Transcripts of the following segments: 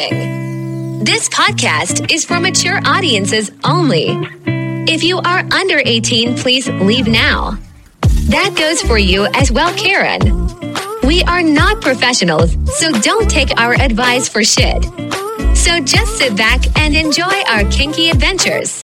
Warning This podcast is for mature audiences only. If you are under 18, please leave now. That goes for you as well, Karen. We are not professionals, so don't take our advice for shit. So just sit back and enjoy our kinky adventures.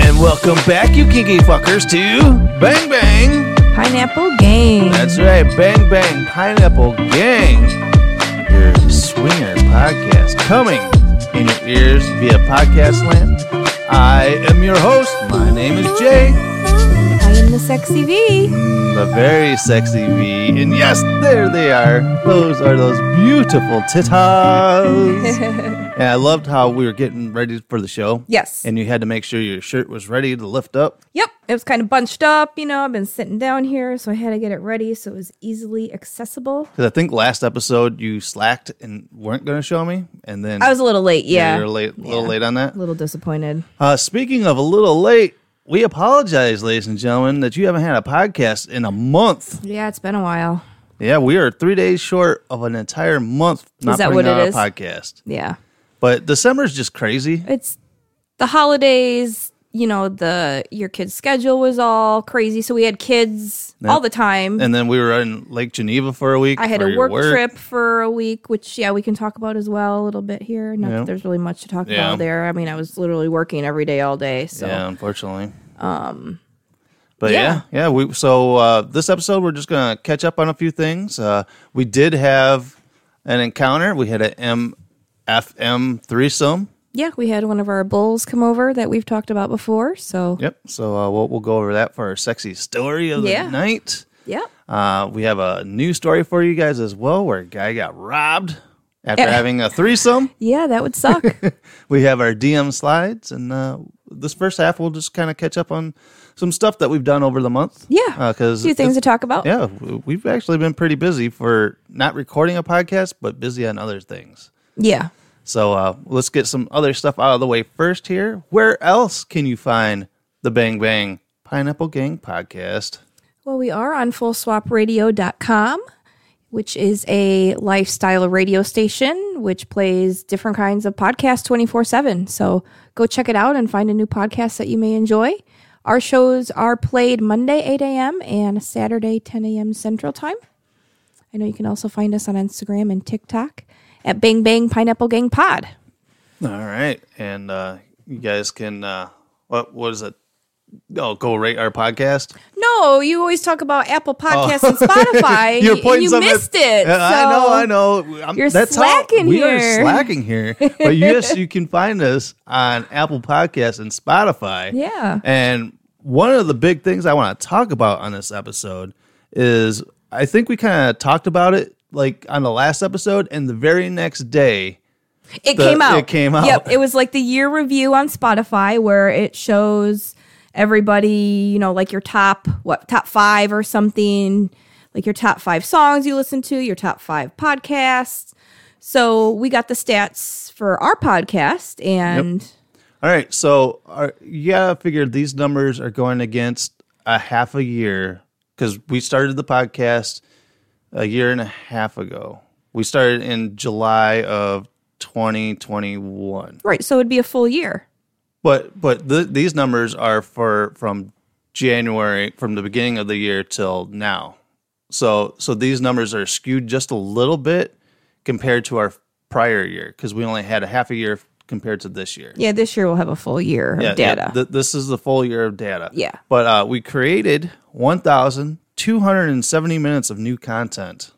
And welcome back, you kinky fuckers, to Bang Bang. Pineapple Game. That's right, Bang Bang Pineapple Gang. Your swinger podcast coming in your ears via podcast land. I am your host. My name is Jay, I am the sexy V. Mm, the very sexy V. And yes, there they are. Those are those beautiful titas. and I loved how we were getting ready for the show. yes. And you had to make sure your shirt was ready to lift up. yep. It was kind of bunched up, you know. I've been sitting down here, so I had to get it ready so it was easily accessible. Because I think last episode you slacked and weren't going to show me, and then I was a little late, yeah. you were late, a little Yeah. late on that. A little disappointed. Uh, speaking of a little late, we apologize, ladies and gentlemen, that you haven't had a podcast in a month. Yeah, it's been a while. Yeah, we are three days short of an entire month not that putting what it out is? a podcast. Yeah. But December's just crazy. It's the holidays, you know, the your kids' schedule was all crazy, so we had kids all the time. And then we were in Lake Geneva for a week. I had for a your work, trip for a week, which yeah, we can talk about as well a little bit here. Not Yeah. that there's really much to talk Yeah. about there. I mean, I was literally working every day all day. So Yeah, unfortunately. Um. But yeah. yeah, yeah. We so uh, this episode we're just gonna catch up on a few things. Uh, we did have an encounter. We had an MFM threesome. Yeah, we had one of our bulls come over that we've talked about before. So, Yep. So uh, we'll we'll go over that for our sexy story of the Yeah. night. yeah. Uh, we have a new story for you guys as well, where a guy got robbed after Eh. having a threesome. Yeah, that would suck. We have our DM slides, and uh, this first half we'll just kind of catch up on some stuff that we've done over the month. Yeah. because Few things to talk about. Uh, Yeah, w- we've actually been pretty busy for not recording a podcast, but busy on other things. Yeah. So uh, let's get some other stuff out of the way first here. Where else can you find the Bang Bang Pineapple Gang podcast? Well, we are on fullswapradio.com, which is a lifestyle radio station which plays different kinds of podcasts 24 7. So go check it out and find a new podcast that you may enjoy. Our shows are played Monday, 8 a.m., and Saturday, 10 a.m. Central Time. I know you can also find us on Instagram and TikTok at Bang Bang Pineapple Gang Pod. All right, and uh, you guys can uh, what what is it? Oh, go rate our podcast. No, you always talk about Apple Podcasts and Spotify. Oh. You're and pointing you something at- missed it. Yeah, I know, so- I know. I'm, You're that's slacking how, We are here. slacking here. But yes, you can find us on Apple Podcasts and Spotify. Yeah. And one of the big things I want to talk about on this episode is I think we kind of talked about it like on the last episode, and the very next day, It The- came out. it came out. Yep. It was like the year review on Spotify where it shows everybody, you know, like your top, what, top five or something, like your top five songs you listen to, your top five podcasts. So we got the stats for our podcast and all right, so our, you gotta figure these numbers are going against a half a year because we started the podcast a year and a half ago. We started in July of 2021. right. So it'd be a full year. But but th- these numbers are for from January from the beginning of the year till now. So so these numbers are skewed just a little bit compared to our prior year because we only had a half a year compared to this year. Yeah. This year we'll have a full year of data. th- this is the full year of data. Yeah. But uh, we created 1,270 minutes of new content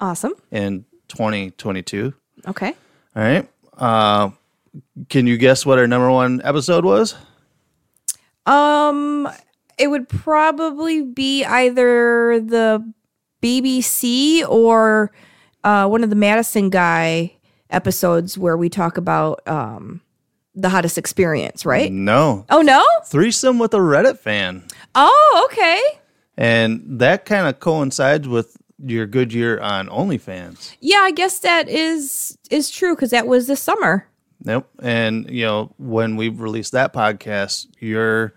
awesome. in 2022. Okay. All right. Uh, can you guess what our number one episode was? Um, it would probably be either the BBC or uh, one of the Madison guy episodes where we talk about um, the hottest experience, right? No, Oh no! threesome with a Reddit fan. Oh, okay. And that kind of coincides with your good year on OnlyFans. Yeah, I guess that is is true because that was this summer. Yep. And you know, when we released that podcast, your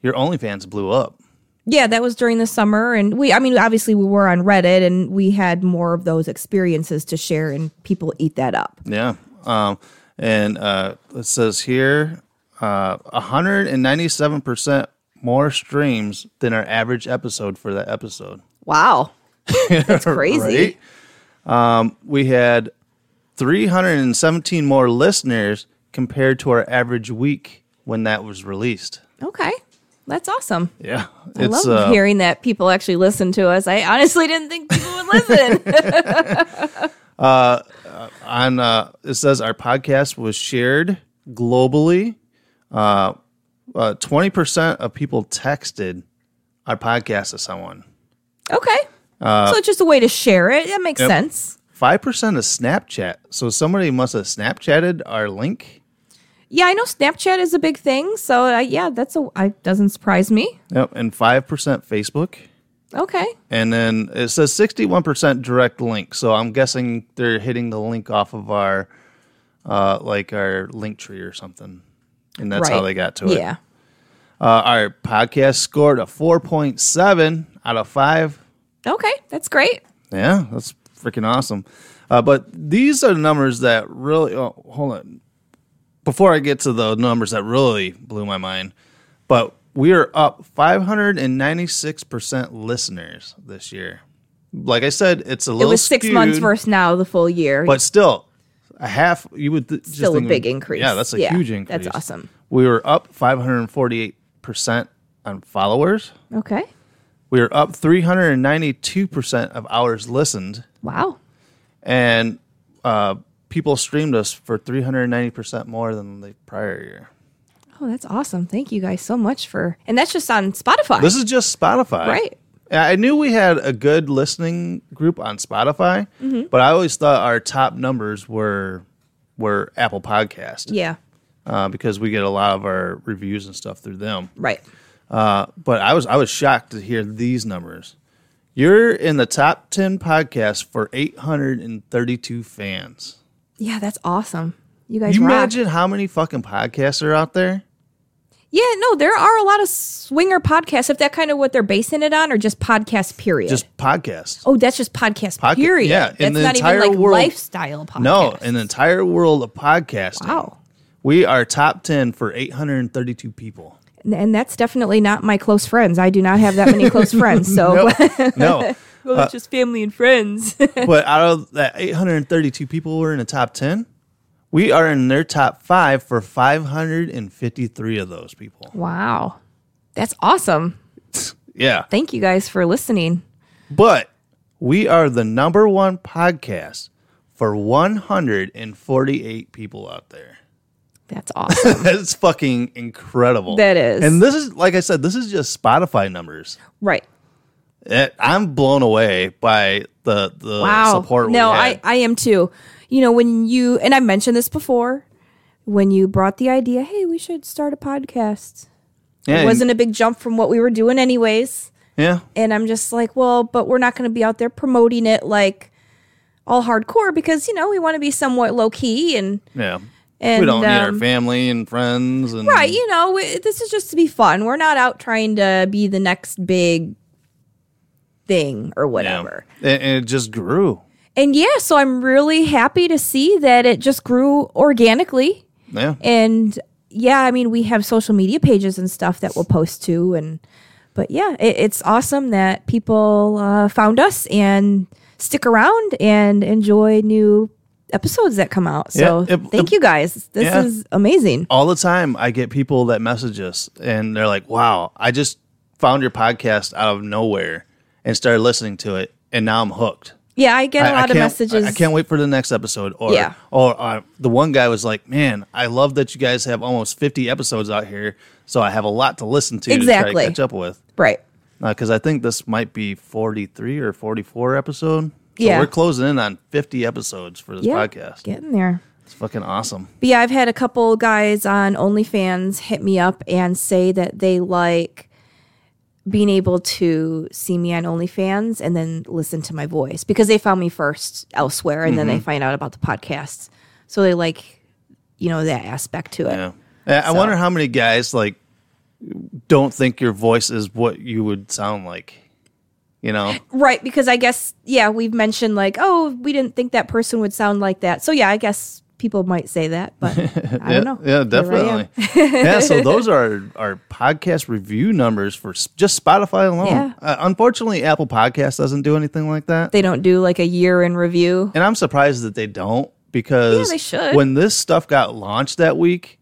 your OnlyFans blew up. Yeah, that was during the summer. And we, I mean, obviously we were on Reddit and we had more of those experiences to share, and people eat that up. Yeah. Um, and uh, it says here uh, 197% more streams than our average episode for that episode. Wow. That's crazy. Right? Um, we had 317 more listeners compared to our average week when that was released. Okay. That's awesome. Yeah. I love uh, hearing that people actually listen to us. I honestly didn't think people would listen. on uh, it says our podcast was shared globally. Uh, Twenty percent of people texted our podcast to someone. okay. Uh, so it's just a way to share it. That makes sense. Five percent of Snapchat. So somebody must have Snapchatted our link. Yeah, I know Snapchat is a big thing. So uh, yeah, that's a I, doesn't surprise me. Yep, and five percent Facebook. Okay. And then it says sixty-one percent direct link. So I'm guessing they're hitting the link off of our, uh, like our link tree or something, and that's how Right. they got to it. Yeah. Uh, our podcast scored a four point seven out of five. Okay. That's great. Yeah, that's freaking awesome. Uh, but these are numbers that really. Oh, hold on. Before I get to the numbers that really blew my mind, but we are up 596% listeners this year. Like I said, it's a It little. was six skewed, months versus now the full year. But still, a half. You would th- just Still a think- big increase. Yeah, that's a Yeah, huge increase. that's awesome. We were up 548% on followers. okay. We were up 392% of hours listened Wow. and uh, people streamed us for 390% more than the prior year. Oh, that's awesome. Thank you guys so much for and that's just on Spotify. This is just Spotify. Right. I knew we had a good listening group on Spotify, Mm-hmm. but I always thought our top numbers were were Apple Podcast yeah. uh, because we get a lot of our reviews and stuff through them. Right. Uh, but I was I was shocked to hear these numbers. You're in the top ten podcasts for 832 fans. Yeah, that's awesome. You guys you rock. imagine how many fucking podcasts are out there? Yeah, no, there are a lot of swinger podcasts. If that kind of what they're basing it on, or just podcast period. Just podcasts. oh, that's just podcast Podca- period. yeah, that's in the not entire even like world. lifestyle podcast. No, an entire world of podcasting. Oh, wow, We are top 10 for 832 people. and, and that's definitely not my close friends. I do not have that many close friends. So No. well, Oh, it's just family and friends. but out of that 832 people were in the top 10, we are in their top 5 for 553 of those people. wow, that's awesome. Yeah. Thank you guys for listening. But we are the number 1 podcast for 148 people out there. That's awesome. That's fucking incredible. That is. And this is like I said, this is just Spotify numbers. right. It, Eh, I'm blown away by the the wow. support. No, we I, had. I am too. You know, when you, and I mentioned this before, when you brought the idea, hey, we should start a podcast. yeah, It wasn't a big jump from what we were doing, anyways. yeah, And I'm just like, well, but we're not going to be out there promoting it like all hardcore because, you know, we want to be somewhat low key and, yeah. and we don't need our um, family and friends and Right, you know, we, this is just to be fun. We're not out trying to be the next big thing or yeah. whatever. And, and it just grew. And yeah, so I'm really happy to see that it just grew organically. Yeah, And yeah, I mean, we have social media pages and stuff that we'll post to. And, but yeah, it, it's awesome that people uh, found us and stick around and enjoy new episodes that come out. So Yeah, it- thank you guys. This yeah. is amazing. all the time I get people that message us and they're like, "Wow, I just found your podcast out of nowhere and started listening to it, and now I'm hooked." Yeah, I get a I- I lot of can't- messages. I, I can't wait for the next episode. Or, Yeah. or uh, the one guy was like, "Man, I love that you guys have almost fifty episodes out here, so I have a lot to listen to to try Exactly. to catch up with." Right. Because I think this might be forty-three or forty-four episode. So Yeah. we're closing in on fifty episodes for this Yeah. podcast. Getting there. It's fucking awesome. But yeah, I've had a couple guys on OnlyFans hit me up and say that they like being able to see me on OnlyFans and then listen to my voice because they found me first elsewhere and then Mm-hmm. they find out about the podcast. So they like, you know, that aspect to it. Yeah, I I wonder how many guys like don't think your voice is what you would sound like. You know, Right, because I guess yeah, we've mentioned like, oh, we didn't think that person would sound like that. So yeah, I guess people might say that, but I don't know. yeah, Here I am. definitely. yeah, so those are our podcast review numbers for s- just Spotify alone. Yeah. Uh, unfortunately, Apple Podcast doesn't do anything like that, They don't do like a year in review. and I'm surprised that they don't because Yeah, they should. when this stuff got launched that week,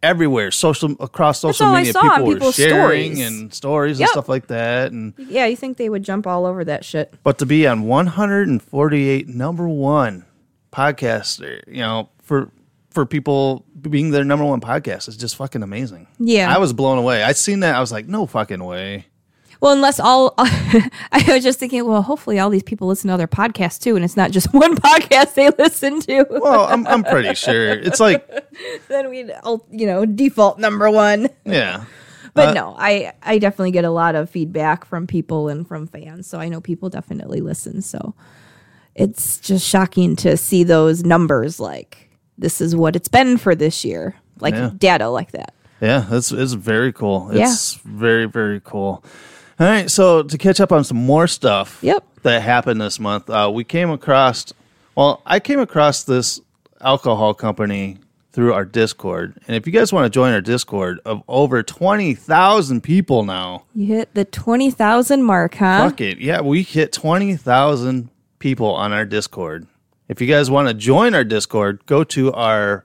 everywhere social across social all I media, saw on people were people's sharing stories. and stories Yep. and stuff like that, and Yeah, you think they would jump all over that shit. But to be on 148 number one podcaster, you know, for for people being their number one podcast is just fucking amazing. Yeah. I was blown away. I seen that. I was like, no fucking way. Well, unless all I was just thinking, well, hopefully all these people listen to other podcasts too and it's not just one podcast they listen to. Well, I'm I'm pretty sure it's like then we'd all, you know, default number 1. yeah. But no, I I definitely get a lot of feedback from people and from fans, so I know people definitely listen. So it's just shocking to see those numbers like this is what it's been for this year, like Yeah. data like that. Yeah, it's it's very cool. Yeah. It's very very cool. All right, so to catch up on some more stuff Yep. that happened this month, uh, we came across. Well, I came across this alcohol company through our Discord, and if you guys want to join our Discord of over twenty thousand people now, You hit the 20,000 mark, huh? fuck it, yeah, we hit twenty thousand people on our Discord. If you guys want to join our Discord, go to our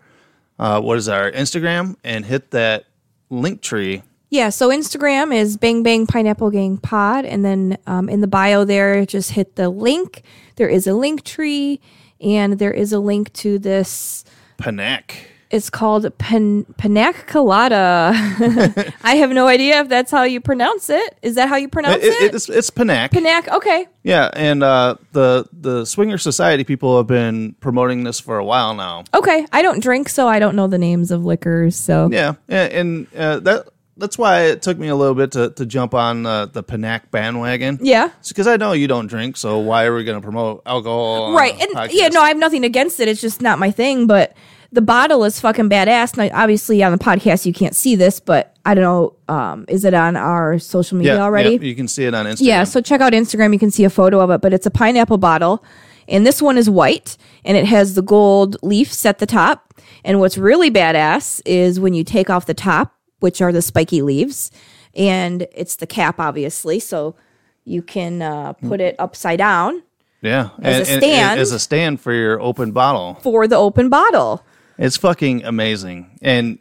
uh, what is our Instagram and hit that link tree Yeah, so Instagram is Bang Bang Pineapple Gang Pod, and then um, in the bio there, just hit the link. There is a link tree, and there is a link to this. Panak. It's called Pan- Panac Colada. I have no idea if that's how you pronounce it. Is that how you pronounce It- it- it? it's it's Panac. Panac. Okay. Yeah, and uh, the the Swinger Society people have been promoting this for a while now. Okay. I don't drink, so I don't know the names of liquors. So Yeah, and, and uh, that that's why it took me a little bit to, to jump on uh, the Panac bandwagon. Yeah. it's because I know you don't drink, so why are we going to promote alcohol? on right a and podcast? yeah no i have nothing against it it's just not my thing but the bottle is fucking badass and I, obviously on the podcast you can't see this but i don't know um is it on our social media yeah, already yeah, you can see it on Instagram. yeah, so check out Instagram. You can see a photo of it, but it's a pineapple bottle. And this one is white and it has the gold leaves at the top. And what's really badass is when you take off the top, which are the spiky leaves, and it's the cap, obviously. So you can uh, put it upside down yeah, As a and- and- stand. as a stand for your open bottle. for the open bottle. It's fucking amazing. And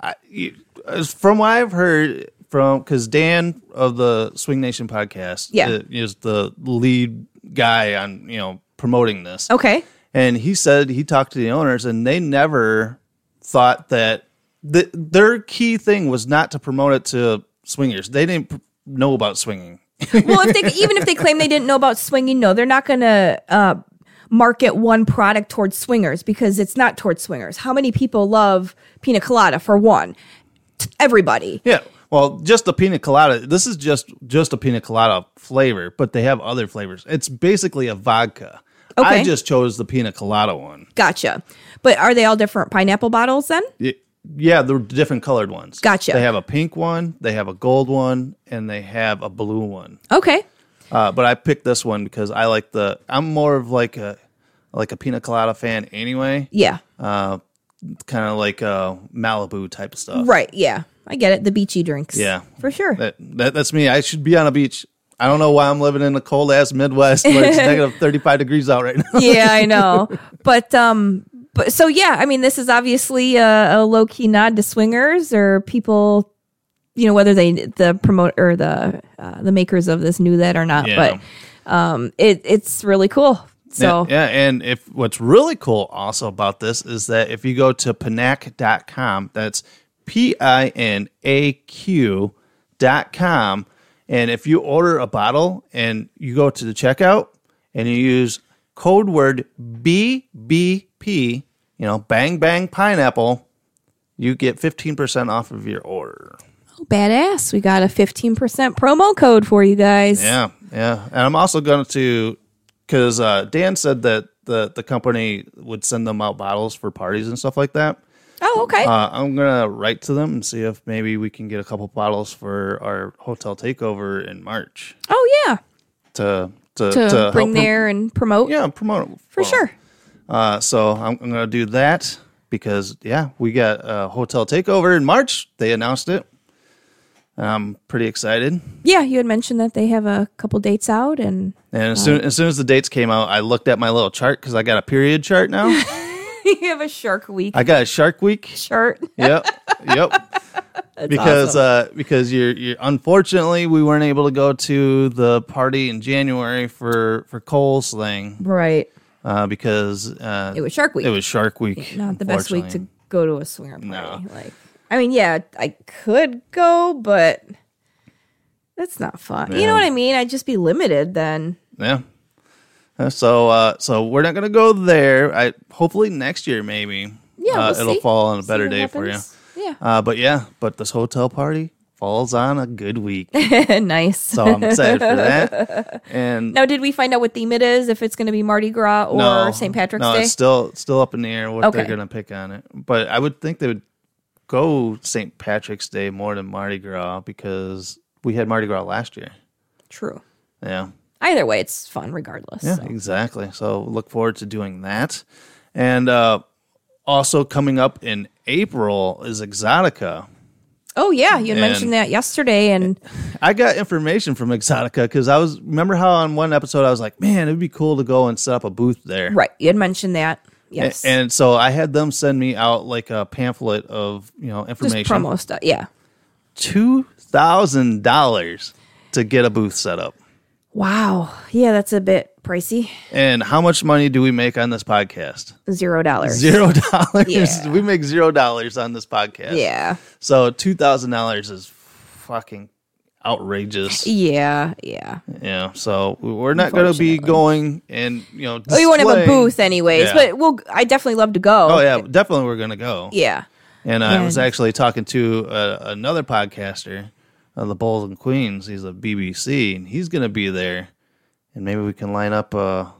I, you, as from what I've heard from, because Dan of the Swing Nation podcast Yeah. i- is the lead guy on, you know, promoting this. Okay. And he said he talked to the owners and they never thought that the, their key thing was not to promote it to swingers. They didn't p- know about swinging. well, if they even if they claim they didn't know about swinging, no, they're not going to uh, market one product towards swingers because it's not towards swingers. How many people love pina colada for one? T- Everybody. Yeah. Well, just the pina colada. This is just just a pina colada flavor, but they have other flavors. It's basically a vodka. I Okay. just chose the pina colada one. Gotcha. But are they all different pineapple bottles then? Y- Yeah, they're different colored ones. Gotcha. They have a pink one, they have a gold one, and they have a blue one. Okay. Uh, but I picked this one because I like the. I'm more of like a like a pina colada fan anyway. Yeah. Uh, kind of like uh Malibu type of stuff. Right. Yeah. I get it. The beachy drinks. Yeah. For sure. That, that that's me. I should be on a beach. I don't know why I'm living in the cold ass Midwest where it's negative 35 degrees out right now. yeah, I know. But um but so yeah, I mean this is obviously a, a low key nod to swingers or people you know whether they the promote or the uh, the makers of this knew that or not, Yeah. but um it it's really cool. So yeah, and if what's really cool also about this is that if you go to pinac.com, that's P I N A Q dot com, and if you order a bottle and you go to the checkout and you use code word BBP, you know, bang bang pineapple, you get 15% off of your order. Oh, badass. We got a 15% promo code for you guys. Yeah, yeah. And I'm also going to, because uh, Dan said that the the company would send them out bottles for parties and stuff like that. Oh, okay. Uh, I'm gonna write to them and see if maybe we can get a couple bottles for our hotel takeover in March oh, yeah. to to, To, help prom- bring there and promote. yeah promote it For sure. Uh, so I'm, I'm gonna do that because yeah, we got a hotel takeover in March. They announced it. I'm pretty excited. Yeah, you had mentioned that they have a couple dates out and And as soon as soon as the dates came out, I looked at my little chart because I got a period chart now. you have a Shark Week I got a Shark Week. shirt. Yep, yep. because uh, because you're you're unfortunately we weren't able to go to the party in January for for Cole's thing Right. uh, because uh, It was Shark Week. it was Shark Week. not the best week to unfortunately. go to a swinger party. Like, I mean, yeah, I could go, but that's not fun. You know what I mean? I'd just be limited then. Yeah. Uh, So uh, so we're not gonna go there. I hopefully next year maybe. Yeah, uh, we'll it'll see. fall on a See better what day for you. happens. Yeah, Uh, but yeah, but this hotel party falls on a good week, nice. Oh. so I'm excited for that. And now, did we find out what theme it is? If it's going to be Mardi Gras or no, St. Patrick's no, Day? it's still it's still up in the air what they're Okay. gonna pick on it. But I would think they would go St. Patrick's Day more than Mardi Gras because we had Mardi Gras last year. True. Yeah. Either way, it's fun regardless. Yeah, so. exactly. So look forward to doing that. And uh, also coming up in April is Exotica. Oh yeah, you had And- mentioned that yesterday, and I got information from Exotica because I was remember how on one episode I was like, man, it'd be cool to go and set up a booth there. right, you had mentioned that. Yes, And so I had them send me out like a pamphlet of you know just information. promo stuff. Yeah. Two thousand dollars to get a booth set up. Wow. Yeah, that's a bit pricey. And how much money do we make on this podcast? Zero dollars. Zero dollars. Yeah. We make zero dollars on this podcast. Yeah. So two thousand dollars is fucking outrageous. Yeah, yeah. Yeah. So we're not going to be going and you know. Oh, you won't have a displaying- booth anyways, Yeah. but we'll. I definitely love to go. Oh yeah, definitely we're going to go. yeah. And I was And- actually talking to uh, another podcaster, uh, the Bulls and Queens. He's a BBC, and he's going to be there, and maybe we can line up a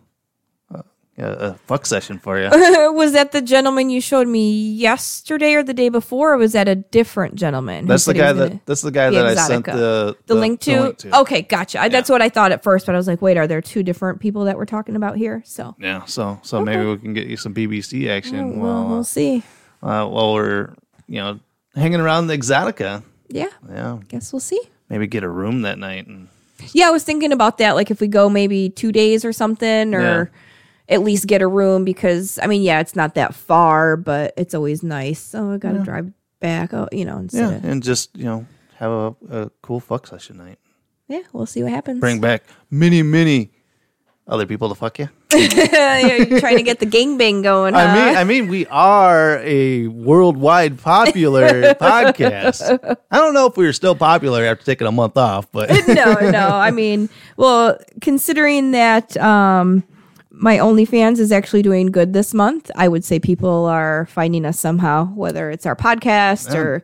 a, a fuck session for you. was that the gentleman you showed me yesterday or the day before, or was that a different gentleman? who That's the said he guy was gonna- that that's the guy be that I sent Exotica? the the, link to. Oh. Okay, gotcha. I, that's what I thought at first, but I was like, wait, are there two different people that we're talking about here? So Yeah. So so maybe we can get you some BBC action Oh, well, while uh, we'll see. uh, while we're you know hanging around the Exotica. Yeah, Yeah, guess we'll see. maybe get a room that night. And Yeah, I was thinking about that. Like if we go maybe two days or something, or at least get a room because I mean, yeah, it's not that far, but it's always nice. Oh, I got to drive back. Oh, you know, instead yeah, of and just you know have a, a cool fuck session night. yeah, we'll see what happens. Bring back many many other people to fuck you. Yeah, You're trying to get the gangbang going. I huh? mean, I mean, we are a worldwide popular podcast. I don't know if we were still popular after taking a month off, but no, no. I mean, well, considering that um, my OnlyFans is actually doing good this month, I would say people are finding us somehow, whether it's our podcast or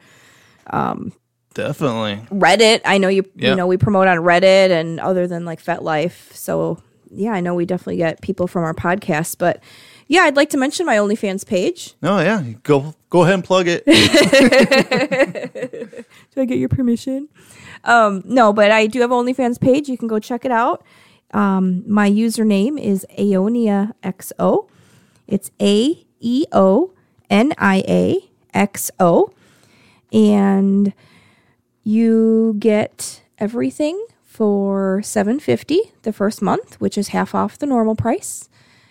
definitely. Reddit. I know you, Yeah. you know, we promote on Reddit and other than like FetLife. So yeah, I know we definitely get people from our podcast, but yeah, I'd like to mention my OnlyFans page. No, yeah, go go ahead and plug it. Do I get your permission? Um, no, but I do have OnlyFans page. You can go check it out. Um, my username is AeoniaXO. It's A E O N I A X O. And you get everything for 750 the first month, which is half off the normal price.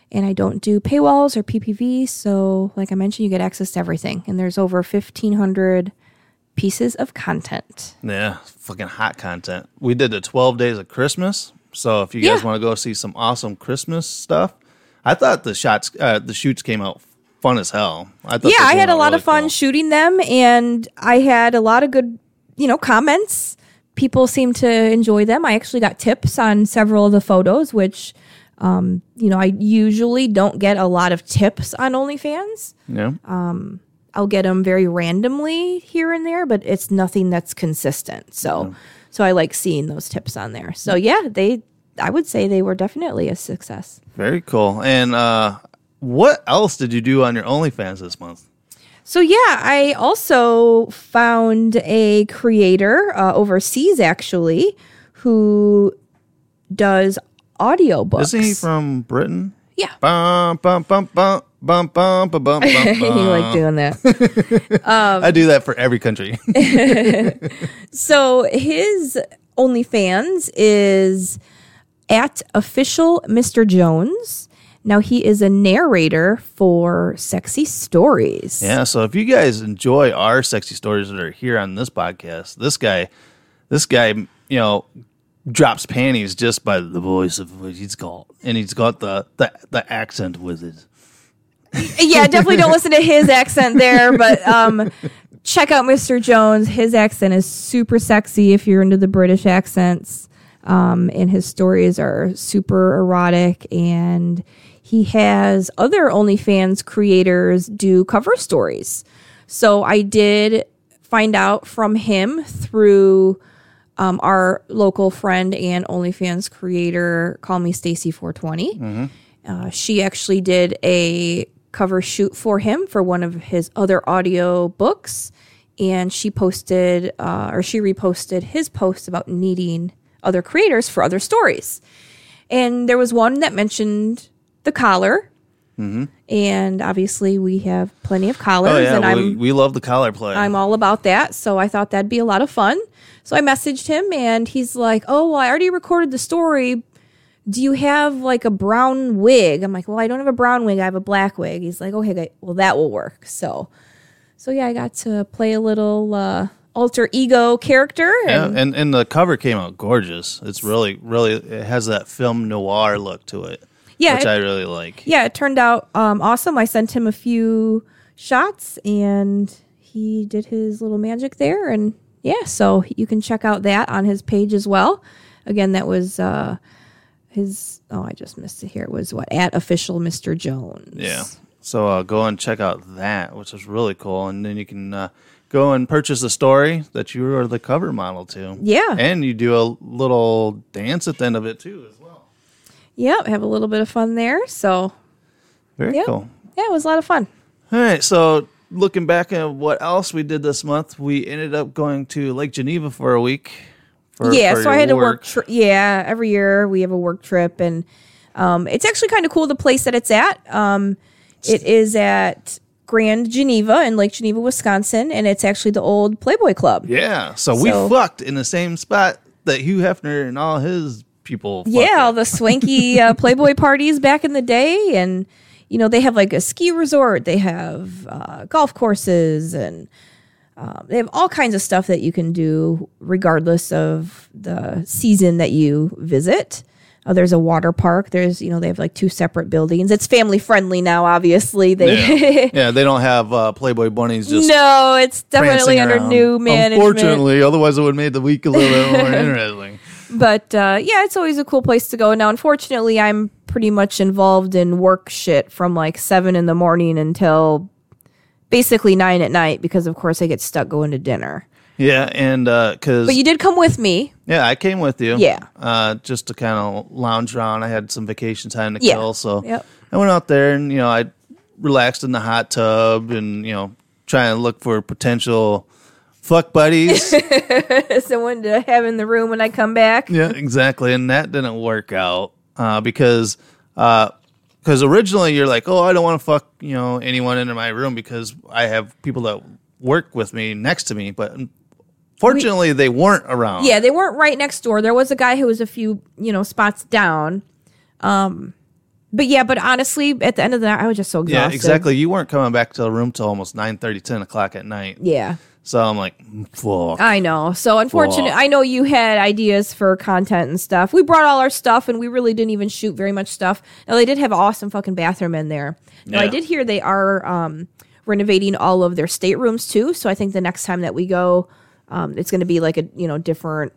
And I don't do paywalls or PPV, so like I mentioned, you get access to everything. And there's over 1500 pieces of content. Yeah, fucking hot content. We did the 12 days of Christmas. So if you guys Yeah. want to go see some awesome Christmas stuff, I thought the shots, uh, the shoots came out fun as hell. I thought yeah, they I came had a out lot really of fun cool. shooting them, and I had a lot of good, you know, comments. People seem to enjoy them. I actually got tips on several of the photos, which, um, you know, I usually don't get a lot of tips on OnlyFans. yeah. I'll get them very randomly here and there, but it's nothing that's consistent. So, so I like seeing those tips on there. So yeah, they, I would say they were definitely a success. Very cool. And uh, what else did you do on your OnlyFans this month? So yeah, I also found a creator uh, overseas actually who does audiobooks. Isn't he uh, from Britain? yeah. Bum, bum, bum, bum, bum, bum, bum, bum, bum, you bum. like doing that. I do that for every country. So his OnlyFans is at official Mr. Jones. Now he is a narrator for sexy stories. Yeah, so if you guys enjoy our sexy stories that are here on this podcast, this guy, this guy, you know, drops panties just by the voice of what he's called, and he's got the the, the accent with it. yeah, definitely don't listen to his accent there, but um, check out Mr. Jones. His accent is super sexy if you're into the British accents. Um, and his stories are super erotic. And he has other OnlyFans creators do cover stories. So I did find out from him through um, our local friend and OnlyFans creator, Call Me Stacy 420. Uh, she actually did a cover shoot for him for one of his other audio books, and she posted uh, or she reposted his post about needing other creators for other stories. And there was one that mentioned the collar, and obviously we have plenty of collars, Mm-hmm. Oh yeah, and we, I'm we love the collar play. I'm all about that. So I thought that'd be a lot of fun. So I messaged him and he's like, Oh, well, I already recorded the story. Do you have like a brown wig? I'm like, Well, I don't have a brown wig. I have a black wig. He's like, Okay, great. well, that will work. So, so yeah, I got to play a little uh, alter ego character. yeah, And Uh, and and the cover came out gorgeous. It's really really it has that film noir look to it. Yeah, which it- I really like. yeah, it turned out um, awesome. I sent him a few shots and he did his little magic there. And yeah, so you can check out that on his page as well. Again, that was uh, his, oh, I just missed it here. It was what? At official Mr. Jones. Yeah. So uh, go and check out that, which is really cool, and then you can uh, go and purchase the story that you are the cover model to. Yeah. And you do a little dance at the end of it too, as well. Yep, have a little bit of fun there. So Very yeah, cool. yeah, it was a lot of fun. All right. So looking back at what else we did this month, we ended up going to Lake Geneva for a week. For, yeah for so i your had a work trip yeah every year we have a work trip and um, it's actually kind of cool the place that it's at um, it is at grand geneva in lake geneva wisconsin and it's actually the old playboy club Yeah. So, we So- fucked in the same spot that Hugh Hefner and all his people. fucked yeah all at. the swanky uh, playboy parties back in the day and you know they have like a ski resort they have uh, golf courses and um, they have all kinds of stuff that you can do regardless of the season that you visit uh, there's a water park there's you know they have like two separate buildings it's family friendly now obviously they yeah. Yeah, they don't have uh, Playboy bunnies just no it's definitely prancing under around. new management Unfortunately, otherwise it would have made the week a little bit more interesting. But uh, yeah, it's always a cool place to go. Now, unfortunately, I'm pretty much involved in work shit from like seven in the morning until basically nine at night because, of course, I get stuck going to dinner. Yeah, and because But you did come with me. yeah, I came with you. Yeah. uh, just to kind of lounge around. I had some vacation time to Yeah. kill, so Yep. I went out there and you know I relaxed in the hot tub and you know trying to look for potential fuck buddies. Someone to have in the room when I come back. yeah, exactly. And that didn't work out uh, because because originally you're like, oh, I don't want to fuck you know anyone into my room because I have people that work with me next to me, but fortunately they weren't around. Yeah, they weren't right next door. There was a guy who was a few, you know, spots down. Um, but yeah, but honestly, at the end of the night, I was just so exhausted. Yeah, exactly. You weren't coming back to the room till almost 9 10 o'clock at night. Yeah. Ah. So I'm like, "Mm, fuck. I know. So unfortunate. Wow. I know you had ideas for content and stuff. We brought all our stuff, and we really didn't even shoot very much stuff. Now they did have an awesome fucking bathroom in there. Now I Yeah. did hear they are um, renovating all of their staterooms too. So I think the next time that we go, um, it's going to be like a you know different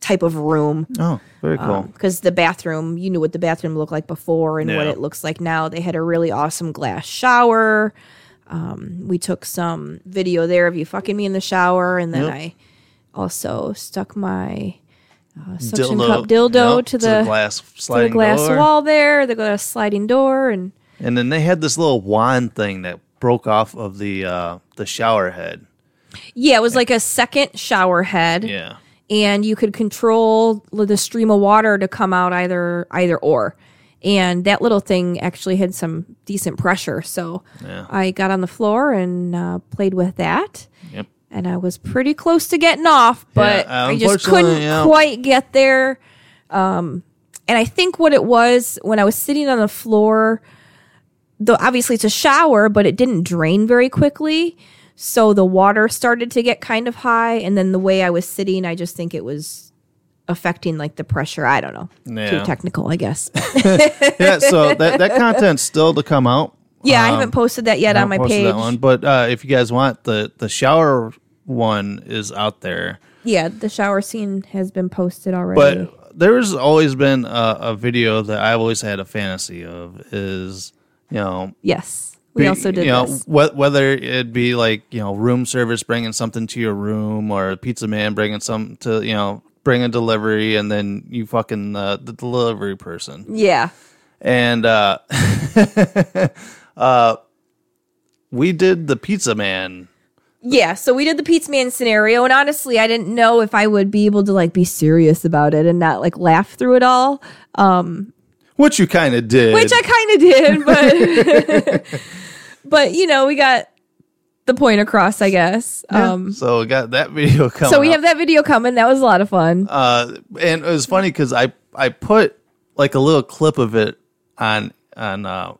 type of room oh, very cool. because the bathroom you knew what the bathroom looked like before and what Yeah. it looks like now they had a really awesome glass shower um, we took some video there of you fucking me in the shower and then Yep. i also stuck my uh, suction dildo cup dildo Yep, to, the, glass to the sliding glass door. wall there the glass sliding door and And then they had this little wand thing that broke off of the uh, the shower head. Yeah, it was like a second shower head. Yeah. and you could control l- the stream of water to come out either either or and that little thing actually had some decent pressure so i got on the floor and uh, played with that Yep. and i was pretty close to getting off but Yeah, i just unfortunately, couldn't yeah. quite get there um, and i think what it was when i was sitting on the floor though obviously it's a shower, but it didn't drain very quickly. So the water started to get kind of high. And then the way I was sitting, I just think it was affecting like the pressure. I don't know. Yeah. Too technical, I guess. yeah, so that, that content's still to come out. yeah, I Um, haven't posted that yet I on my haven't posted page. That one, but uh, if you guys want the the shower one is out there. Yeah, the shower scene has been posted already. But there's always been a, a video that I've always had a fantasy of is you know yes, we be- also did you know this. wh- whether it be like you know room service bringing something to your room or a pizza man bringing some to you know bring a delivery and then you fucking uh, the delivery person Yeah. and uh, uh, we did the pizza man. Yeah, so we did the Pizza Man scenario, and honestly, I didn't know if I would be able to like be serious about it and not like laugh through it all. Which you kind of did. which I kind of did, but but you know, we got the point across, I guess. Um, so we got that video coming. so we up. have that video coming. That was a lot of fun. uh, and it was funny because I I put like a little clip of it on on uh,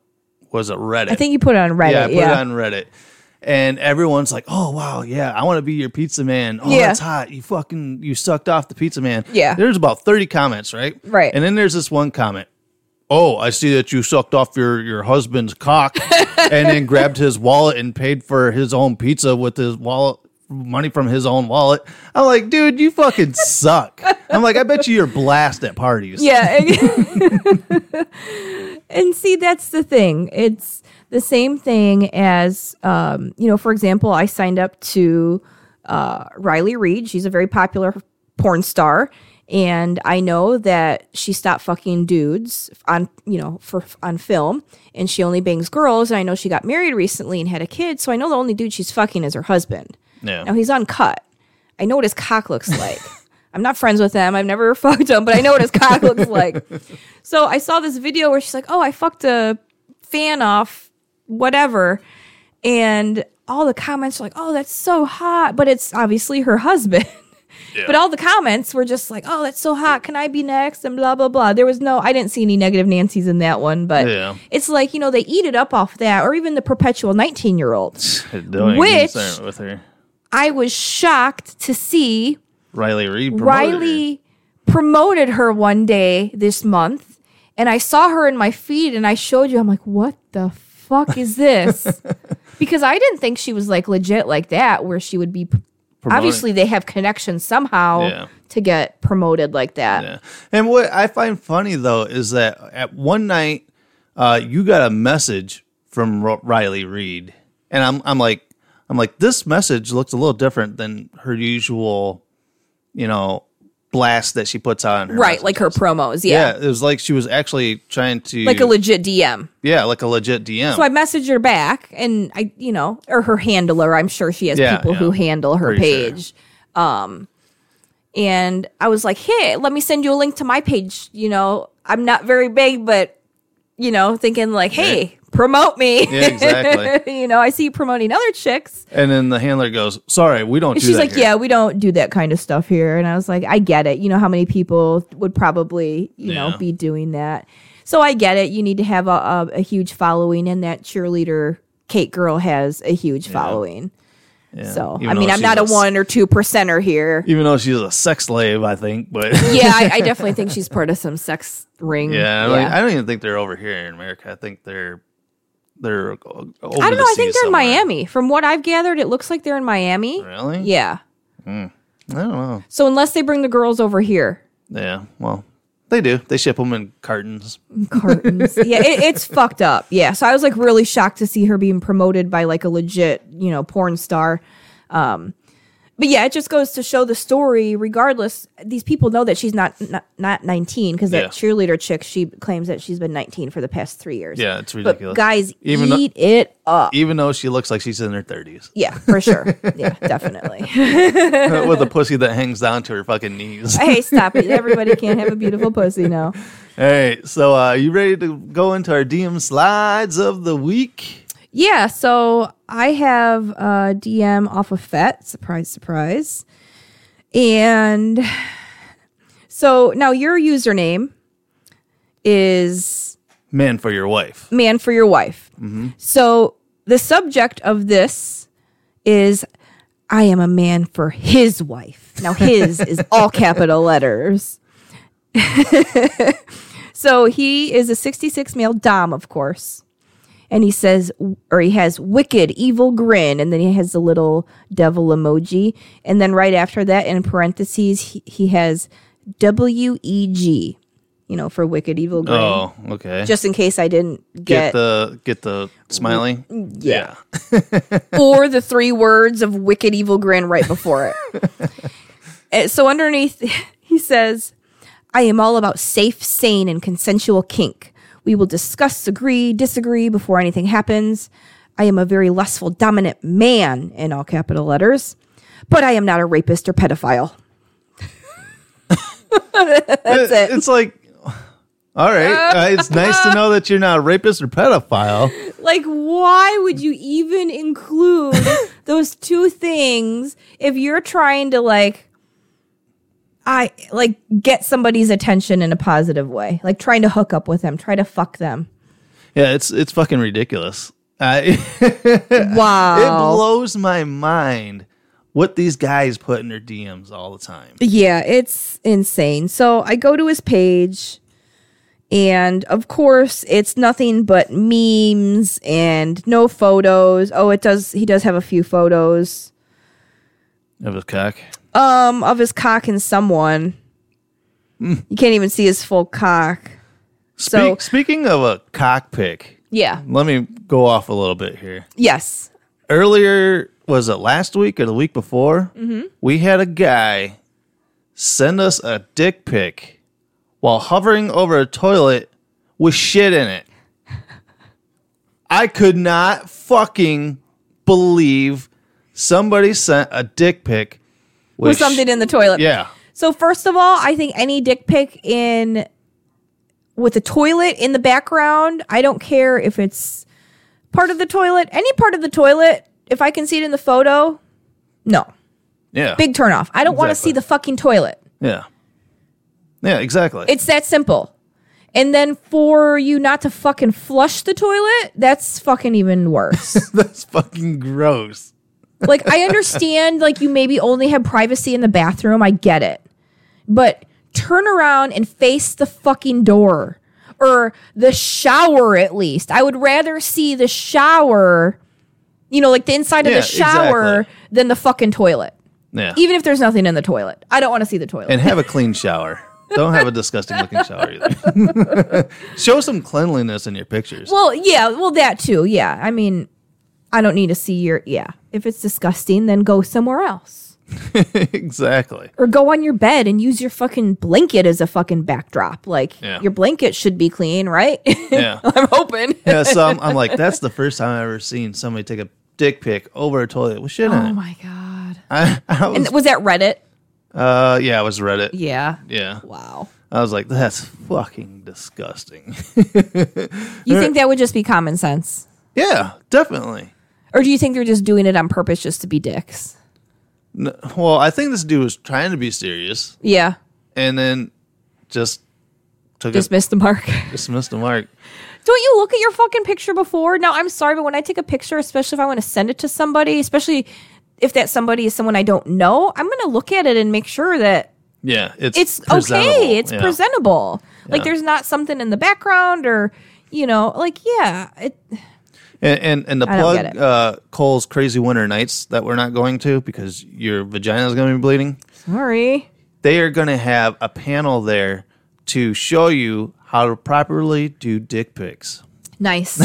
was it Reddit? I think you put it on Reddit. yeah, Yeah, I put it on Reddit. And everyone's like, "Oh wow, yeah, I want to be your pizza man. Oh, Yeah. that's hot. You fucking you sucked off the pizza man." Yeah. There's about 30 comments, right? Right. And then there's this one comment. "Oh, I see that you sucked off your your husband's cock and then grabbed his wallet and paid for his own pizza with his wallet money from his own wallet." I'm like, "Dude, you fucking suck." I'm like, "I bet you you're blast at parties." Yeah. and- and see, that's the thing. It's the same thing as, um, you know, for example, I signed up to uh, Riley Reed. She's a very popular porn star. And I know that she stopped fucking dudes on, you know, for on film, and she only bangs girls. And I know she got married recently and had a kid, so I know the only dude she's fucking is her husband. Yeah. Now he's uncut. I know what his cock looks like. I'm not friends with him. I've never fucked him, but I know what his cock looks like. So I saw this video where she's like, "Oh, I fucked a fan off, whatever," and all the comments are like, "Oh, that's so hot," but it's obviously her husband. But all the comments were just like, "Oh, that's so hot. Can I be next?" and blah blah blah. There was no, I didn't see any negative Nancys in that one, but Yeah. it's like you know they eat it up off that, or even the perpetual 19 year old. Doing Which- with her I was shocked to see Riley Reed. promoted her. Riley promoted her one day this month, and I saw her in my feed, and I showed you. I'm like, what the fuck is this? because I didn't think she was like legit like that, where she would be. Obviously, they have connections somehow Yeah. to get promoted like that. Yeah. And what I find funny though is that at one night, uh, you got a message from R- Riley Reed, and I'm I'm like I'm like this message looks a little different than her usual, you know, blast that she puts out. In her Right, message. like her promos. Yeah. yeah, it was like she was actually trying to Like a legit DM. yeah, like a legit DM. So I messaged her back, and I, you know, or her handler. I'm sure she has Yeah, people yeah. who handle her Pretty sure. page. Um, and I was like, "Hey, let me send you a link to my page." You know, I'm not very big, but you know, thinking like, "Hey, promote me." yeah, exactly. you know, I see you promoting other chicks. and then the handler goes, "Sorry, we don't." Do She's that like, here." "Yeah, we don't do that kind of stuff here." And I was like, "I get it. You know how many people would probably, you Yeah. know, be doing that." So I get it. You need to have a, a, a huge following, and that cheerleader Kate girl has a huge following. Yeah. So Even I mean, though I'm she's not a s- one or two percenter here. Even though she's a sex slave, I think, but yeah, I, I definitely think she's part of some sex ring. Yeah, I don't, yeah. I don't even think they're over here in America. I think they're they're. o- Over I don't know. the I sea think they're in somewhere. Miami. From what I've gathered, it looks like they're in Miami. Really? Yeah. I don't know. So unless they bring the girls over here, Yeah. Well, they do. They ship them in cartons. cartons. yeah, it, it's fucked up. Yeah. So I was like really shocked to see her being promoted by like a legit, you know, porn star. Um, But yeah, it just goes to show the story. Regardless, these people know that she's not not, not nineteen because Yeah. that cheerleader chick she claims that she's been nineteen for the past three years. Yeah, it's but ridiculous. guys, Even though- E- eat it up. Even though she looks like she's in her 30s Yeah, for sure. Yeah, definitely. with a pussy that hangs down to her fucking knees. hey, stop it! Everybody can't have a beautiful pussy now. All right, so uh, you ready to go into our DM slides of the week? Yeah, so I have a DM off of FET. Surprise, surprise. And so now your username is Man for your wife. man for your wife. So the subject of this is I am a man for his wife. Now, his is all capital letters. so he is a 66 male Dom, of course. And he says, or he has wicked, evil grin. And then he has the little devil emoji. And then right after that, in parentheses, he, he has W E G, you know, for wicked, evil grin Oh, okay. just in case I didn't get get, the get the smiley. Mm, Yeah. or the three words of wicked evil grin right before it. Uh, so underneath he says, I am all about safe, sane, and consensual kink. We will discuss, agree, disagree before anything happens. I am a very lustful, dominant man in all capital letters, but I am not a rapist or pedophile. That's it. It's like all right. uh, it's nice to know that you're not a rapist or pedophile. Like, why would you even include those two things if you're trying to like, I like get somebody's attention in a positive way, like trying to hook up with them, try to fuck them. Yeah, it's it's fucking ridiculous. I It Wow. blows my mind what these guys put in their DMs all the time. yeah, it's insane. So I go to his page, and of course, it's nothing but memes and no photos. Oh, it does. He does have a few photos. Of his cock. um of his cock in someone. Hmm. You can't even see his full cock. So- Speak, speaking of a cockpick, Yeah. let me go off a little bit here. Yes. Earlier, was it last week or the week before? Mm-hmm. We had a guy send us a dick pic while hovering over a toilet with shit in it. I could not fucking believe somebody sent a dick pic with, With something in the toilet. Yeah. So first of all, I think any dick pic in with a toilet in the background, I don't care if it's part of the toilet, any part of the toilet, if I can see it in the photo, no. Yeah. Big turn off. I don't want to Exactly. see the fucking toilet. Yeah. Yeah, exactly. It's that simple. And then for you not to fucking flush the toilet, that's fucking even worse. That's fucking gross. like I understand like you maybe only have privacy in the bathroom. I get it. But turn around and face the fucking door or the shower at least. I would rather see the shower, you know, like the inside of Yeah, the shower exactly. than the fucking toilet. Yeah. Even if there's nothing in the toilet. I don't want to see the toilet. and have a clean shower. Don't have a disgusting looking shower either. Show some cleanliness in your pictures. well, yeah, well that too. Yeah. I mean, I don't need to see your yeah. If it's disgusting, then go somewhere else. exactly. or go on your bed and use your fucking blanket as a fucking backdrop. Like Yeah. your blanket should be clean, right? Yeah. I'm hoping. Yeah. So I'm, I'm like, that's the first time I've ever seen somebody take a dick pic over a toilet with shit Oh in it. my god. I, I was, And was that Reddit? uh, yeah, I was Reddit. Yeah. Yeah. yeah. Wow. I was like, that's fucking disgusting. You think that would just be common sense? yeah, definitely. Or do you think they're just doing it on purpose just to be dicks? N- Well, I think this dude was trying to be serious Yeah. and then just took Just it, missed the mark. just missed the mark. Don't you look at your fucking picture before? Now, I'm sorry, but when I take a picture, especially if I want to send it to somebody, especially if that somebody is someone I don't know, I'm going to look at it and make sure that Yeah, it's it's presentable, okay. It's yeah. presentable. Like Yeah. there's not something in the background or you know, like yeah, it, And and, and to I don't get plug it. uh, Cole's crazy winter nights that we're not going to because your vagina is going to be bleeding. sorry. They are going to have a panel there to show you how to properly do dick pics. Nice.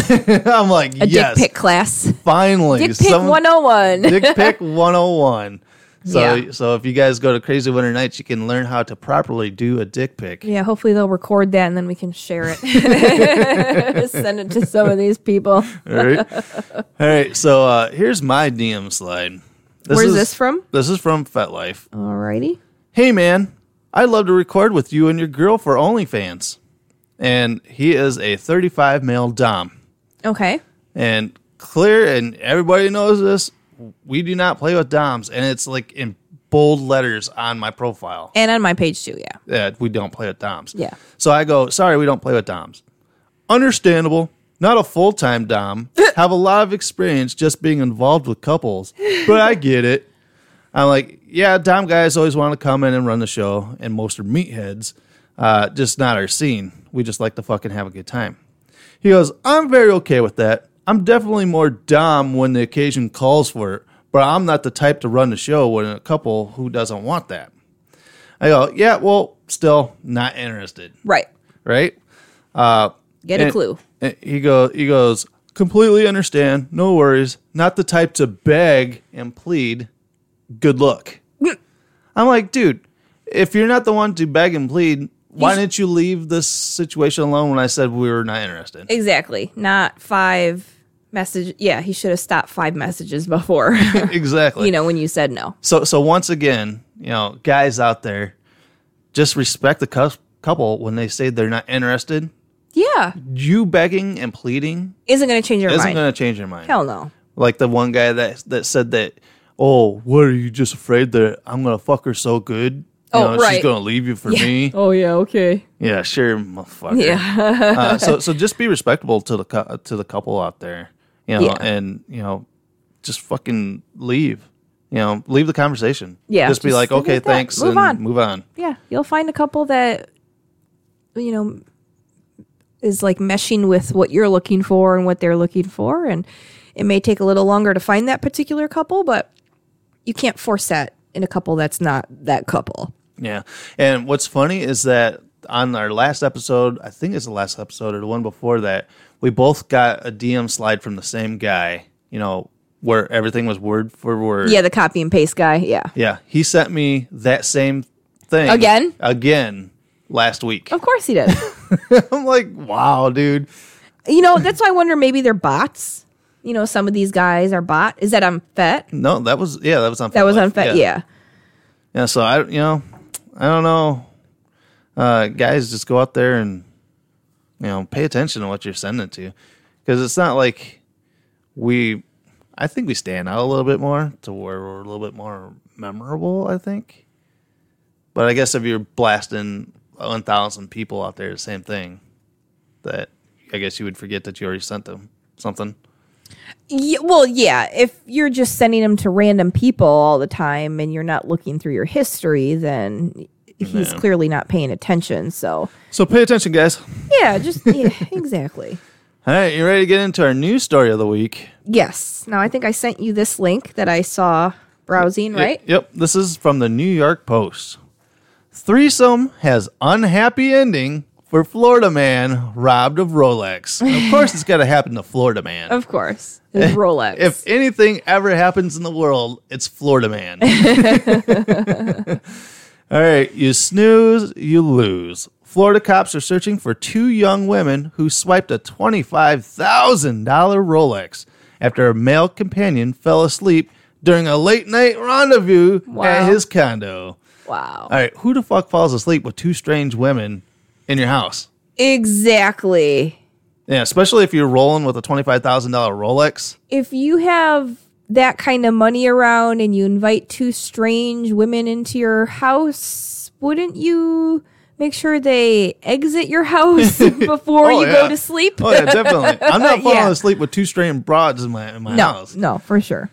I'm like, A yes, dick pic oh class. finally, Dick pic some- 101. dick pic 101. So Yeah. so if you guys go to Crazy Winter Nights, you can learn how to properly do a dick pic. Yeah, hopefully they'll record that and then we can share it. Send it to some of these All people. right. All right. So uh, here's my DM slide. Where's this from? This is from FetLife. Alrighty. Hey, man, I'd love to record with you and your girl for OnlyFans. And he is a 35 male Dom. Okay. And clear, and everybody knows this, we do not play with Doms. And it's like in bold letters on my profile And on my page too, yeah. that we don't play with Doms. Yeah. So I go, sorry, we don't play with Doms. Understandable. Not a full time Dom. Have a lot of experience just being involved with couples, but I get it. I'm like, yeah, Dom guys always want to come in and run the show, and most are meatheads. Uh, just not our scene. We just like to fucking have a good time. He goes, I'm very okay with that. I'm definitely more Dom when the occasion calls for it, but I'm not the type to run the show when a couple who doesn't want that. I go, yeah, well, still not interested, Right. right? Get a And- clue. and He go he goes, completely understand, no worries. Not the type to beg and plead. Good luck. I'm like, dude, if you're not the one to beg and plead, why sh- didn't you leave this situation alone when I said we were not interested? Exactly. Not five messages. Yeah, he should have stopped five messages before, exactly. you know, when you said no. So so once again, you know, guys out there, just respect the cous- couple when they say they're not interested. Yeah. You begging and pleading Isn't going to change your isn't mind. going to change your mind. Hell no. like the one guy that that said that oh what are you just afraid that i'm gonna fuck her so good you Oh, she's right. gonna leave you for me Oh, yeah. Okay. yeah sure motherfucker Yeah. uh, so so just be respectful to the cou- to the couple out there you know Yeah. and you know just fucking leave you know leave the conversation Yeah, just be just like leave it okay at that. thanks Move and on. move on yeah. You'll find a couple that, you know, is like meshing with what you're looking for and what they're looking for. And it may take a little longer to find that particular couple, but you can't force that in a couple that's not that couple. Yeah. And what's funny is that on our last episode, I think it's the last episode or the one before that, we both got a DM slide from the same guy, you know, where everything was word for word. Yeah. The copy and paste guy. Yeah. Yeah. He sent me that same thing Again? Oh. Again last week. Of course he did. I'm like, wow, dude. You know, that's why I wonder maybe they're bots. You know, some of these guys are bot. Is that on FET? No, that was, yeah, that was on That was FetLife. on FET, yeah. Yeah. So I, you know, I don't know. Uh, guys, just go out there and you know pay attention to what you're sending to, because it's not like we. I think we stand out a little bit more to where we're a little bit more memorable. I think, but I guess if you're blasting one thousand people out there, the same thing. That I guess you would forget that you already sent them something. Ye- Well, yeah. If you're just sending them to random people all the time and you're not looking through your history, then he's clearly not paying attention. So, So pay attention, guys. yeah, just yeah, exactly. All right, you ready to get into our news story of the week? Yes. Now, I think I sent you this link that I saw browsing, right? Yep. This is from the New York Post. Threesome has unhappy ending for Florida man robbed of Rolex. Of course, it's got to happen to Florida man. Of course. It's Rolex. if anything ever happens in the world, it's Florida man. All right, you snooze, you lose. Florida cops are searching for two young women who swiped a $25,000 Rolex after a male companion fell asleep during a late night rendezvous Wow. at his condo. wow. All right, who the fuck falls asleep with two strange women in your house? Exactly. Yeah, especially if you're rolling with a $25,000 Rolex. if you have that kind of money around and you invite two strange women into your house, wouldn't you make sure they exit your house before Oh, you yeah. go to sleep? Oh yeah, definitely. I'm not falling Yeah. asleep with two straying broads in my in my No, house. no, for sure.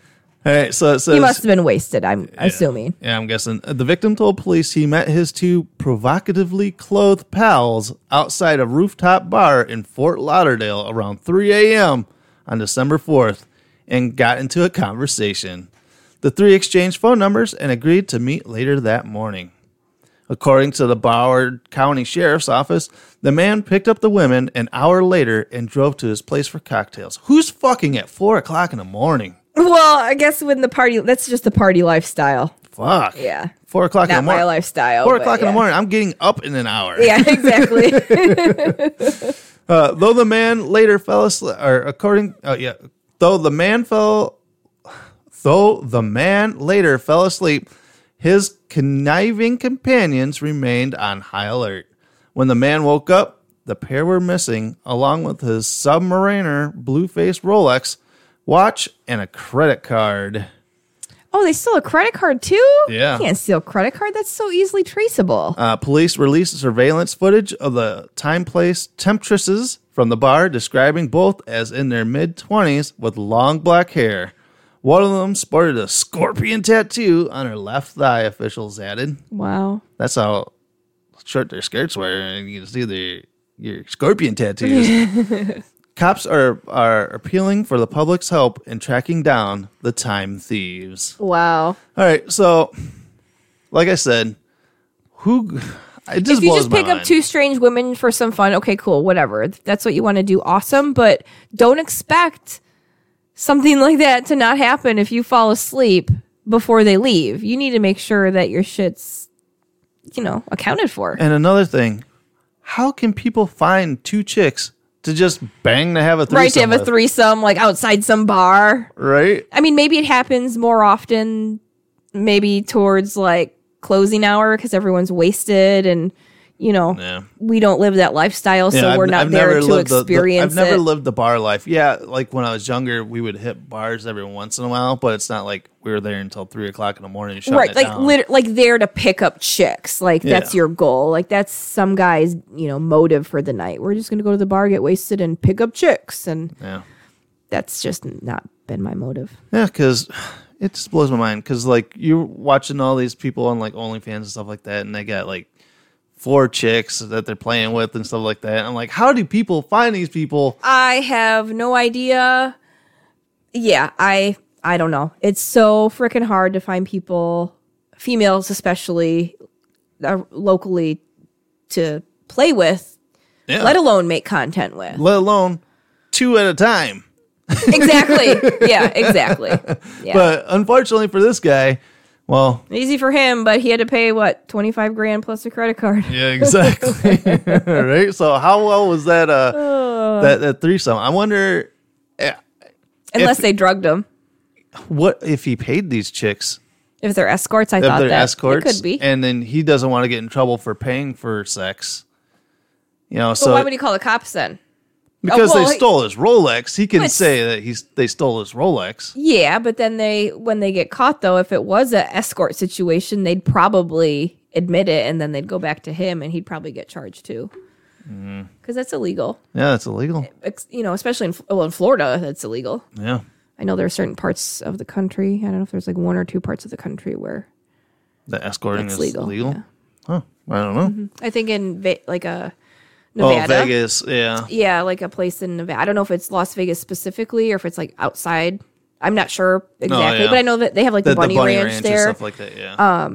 All right, so it says. He must have been wasted, I'm assuming. yeah, I'm guessing the victim told police he met his two provocatively clothed pals outside a rooftop bar in Fort Lauderdale around 3 a.m. on December 4th, and got into a conversation. The three exchanged phone numbers and agreed to meet later that morning. According to the Broward County Sheriff's Office, the man picked up the women an hour later and drove to his place for cocktails. Who's fucking at four o'clock in the morning? Well, I guess when the party, that's just the party lifestyle. Fuck. Yeah. Four o'clock in the Not morning. my lifestyle. Four but o'clock in the yeah. morning. I'm getting up in an hour. Yeah, exactly. Uh, though the man later fell asleep, or according, uh, yeah, though the man fell, though the man later fell asleep, his conniving companions remained on high alert. When the man woke up, the pair were missing, along with his submariner, blue-faced Rolex watch, and a credit card. oh, they steal a credit card too? Yeah. You can't steal a credit card. That's so easily traceable. Uh, police released surveillance footage of the time, place temptresses from the bar, describing both as in their mid 20s with long black hair. One of them sported a scorpion tattoo on her left thigh, officials added. Wow. That's how short their skirts were, and you can see their your scorpion tattoos. Cops are, are appealing for the public's help in tracking down the time thieves. wow. All right, so like I said, who it just if you blows just my pick up mind. two strange women for some fun, okay, cool, whatever. If That's what you want to do, awesome. But don't expect something like that to not happen if you fall asleep before they leave. You need to make sure that your shit's, you know, accounted for. And another thing, how can people find two chicks to just bang to have a threesome? Right to have a with, threesome, like outside some bar. right? I mean, maybe it happens more often, maybe towards like closing hour because everyone's wasted and, you know, Yeah. we don't live that lifestyle, so Yeah, we're not there to lived the- the- experience I've never it. lived the bar life. Yeah, like when I was younger, we would hit bars every once in a while, but it's not like we were there until three o'clock in the morning. shutting right it like down. lit- like there to pick up chicks like that's Yeah. your goal like that's some guy's you know motive for the night we're just gonna go to the bar get wasted and pick up chicks and Yeah. that's just not been my motive Yeah, because it just blows my mind. Because like you're watching all these people on like OnlyFans and stuff like that, and they got like four chicks that they're playing with and stuff like that. I'm like, how do people find these people? i have no idea yeah i i don't know it's so freaking hard to find people females especially uh, locally to play with Yeah. let alone make content with let alone two at a time. exactly yeah exactly yeah But unfortunately for this guy, well, Easy for him, but he had to pay what twenty five grand plus a credit card. yeah, exactly. right. So how well was that? Uh, that that threesome. I wonder Unless they drugged him. what if he paid these chicks If they're escorts, I if thought they're that escorts, it could be. and then he doesn't want to get in trouble for paying for sex. You know, but so why would he call the cops then? because Oh, well, they he- stole his Rolex, he can But- say that he's they stole his Rolex. Yeah, but then they when they get caught though, if it was a escort situation, they'd probably admit it, and then they'd go back to him, and he'd probably get charged too, Mm-hmm. because that's illegal. Yeah, that's illegal. Ex- You know, especially in F- well in Florida, that's illegal. Yeah, I know there are certain parts of the country. I don't know if there's like one or two parts of the country where the escorting That's is legal. legal, yeah. Huh? I don't know. I think in Ve- like a Oh, Nevada. Vegas. Yeah, Yeah, like a place in Nevada. I don't know if it's Las Vegas specifically or if it's like outside. I'm not sure exactly, Oh, yeah. but I know that they have like the, the, the bunny, ranch, and there. Uh. stuff like that. Yeah,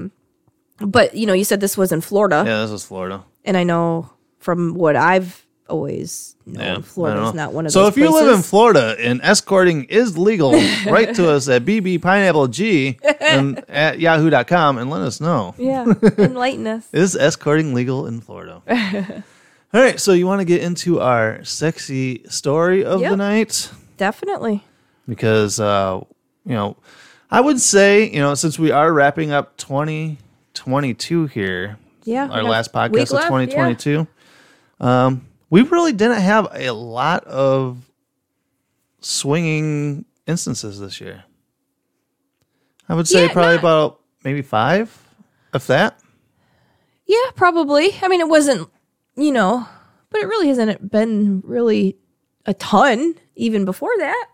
but you know, you said this was in Florida, yeah. This is Florida. and I know from what I've always known, Yeah, I Florida's don't know. not one of so those. if you live in places. Florida and escorting is legal, write to us at bbpineappleg and at yahoo.com and let us know. yeah, enlighten us. Is escorting legal in Florida? All right, so you want to get into our sexy story of the Yep. night Definitely. because uh, you know, I would say, you know, since we are wrapping up 2022 here, Yeah, we our have last podcast week of left, yeah. 2022, um, we really didn't have a lot of swinging instances this year. I would say Yeah, probably not- about maybe 5 if that. Yeah, probably. I mean, it wasn't, you know, but it really hasn't been really a ton even before that.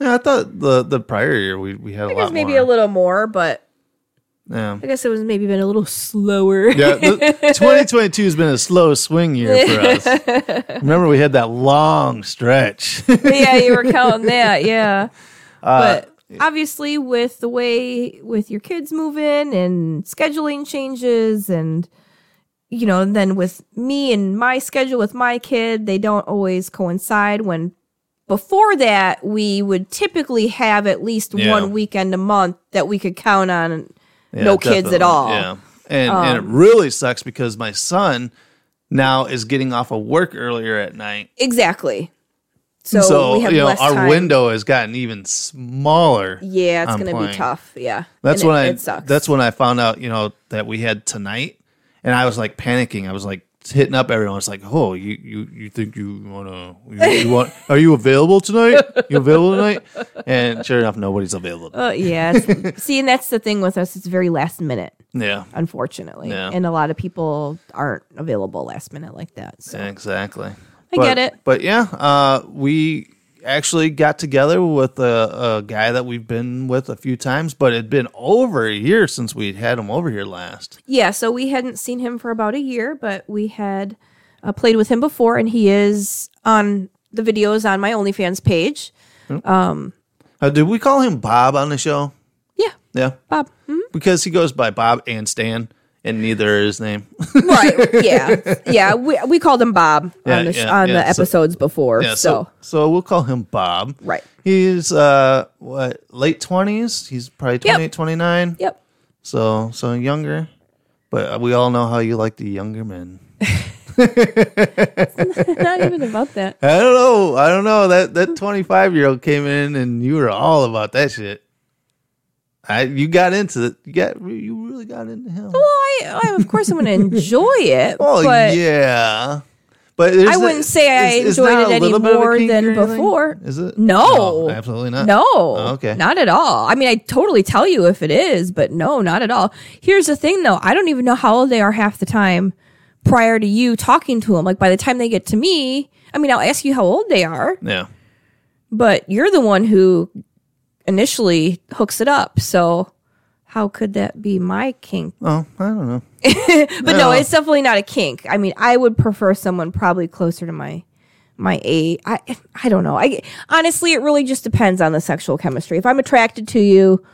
Yeah, I thought the the prior year we, we had a I guess lot maybe more. a little more, but yeah. I guess it was maybe been a little slower. Yeah, th- 2022 has been a slow swing year for us. Remember, we had that long stretch. yeah, you were counting that, yeah. Uh, but obviously, with the way with your kids moving and scheduling changes, and you know, and then with me and my schedule with my kid, they don't always coincide. When before that, we would typically have at least Yeah. one weekend a month that we could count on no kids at definitely. all. Um, Yeah. And, and it really sucks because my son now is getting off of work earlier at night. Exactly. So, So, we have you know, less our time. window has gotten even smaller. Yeah, it's on going to be playing. tough. Yeah. That's And when it, I It sucks. that's when I found out, you know, that we had tonight and I was like panicking. I was like hitting up everyone. It's like, "Oh, you you you think you want to you, you want are you available tonight? You available tonight?" And sure enough, nobody's available. Uh, yeah. it's- See, and that's the thing with us. It's very last minute, yeah. unfortunately. Yeah. And a lot of people aren't available last minute like that. So Exactly. I But- get it. But yeah, uh, we actually got together with a, a guy that we've been with a few times, but it'd been over a year since we'd had him over here last. Yeah, so we hadn't seen him for about a year, but we had uh, played with him before, and he is on the videos on my OnlyFans page. Uh, did we call him Bob on the show? Yeah, Yeah, Bob. Hmm? because he goes by Bob and Stan, and neither is his name. Right? Yeah, yeah. We, we called him Bob Yeah, on the sh- yeah, on yeah, the so- episodes before. yeah, so, so so we'll call him Bob. Right. He's uh what late twenties. He's probably 28, 29. yep. So so younger, but we all know how you like the younger men. Not even about that. I don't know. I don't know. That that twenty five year old came in and you were all about that shit. I you got into it. You got you really got into him. Well, I, I of course I'm going to enjoy it, Oh but yeah. But there's I a- wouldn't say I enjoyed not it a any little bit of a more kink than or anything? before. Is it? No. absolutely not. No. Oh, okay. Not at all. I mean, I totally tell you if it is, but no, not at all. Here's the thing though. I don't even know how old they are half the time prior to you talking to them. Like by the time they get to me, I mean, I'll ask you how old they are, Yeah. but you're the one who initially hooks it up. So how could that be my kink? Oh, I don't know. But no, it's definitely not a kink. I mean, I would prefer someone probably closer to my my age. I I don't know. I honestly, it really just depends on the sexual chemistry. If I'm attracted to you,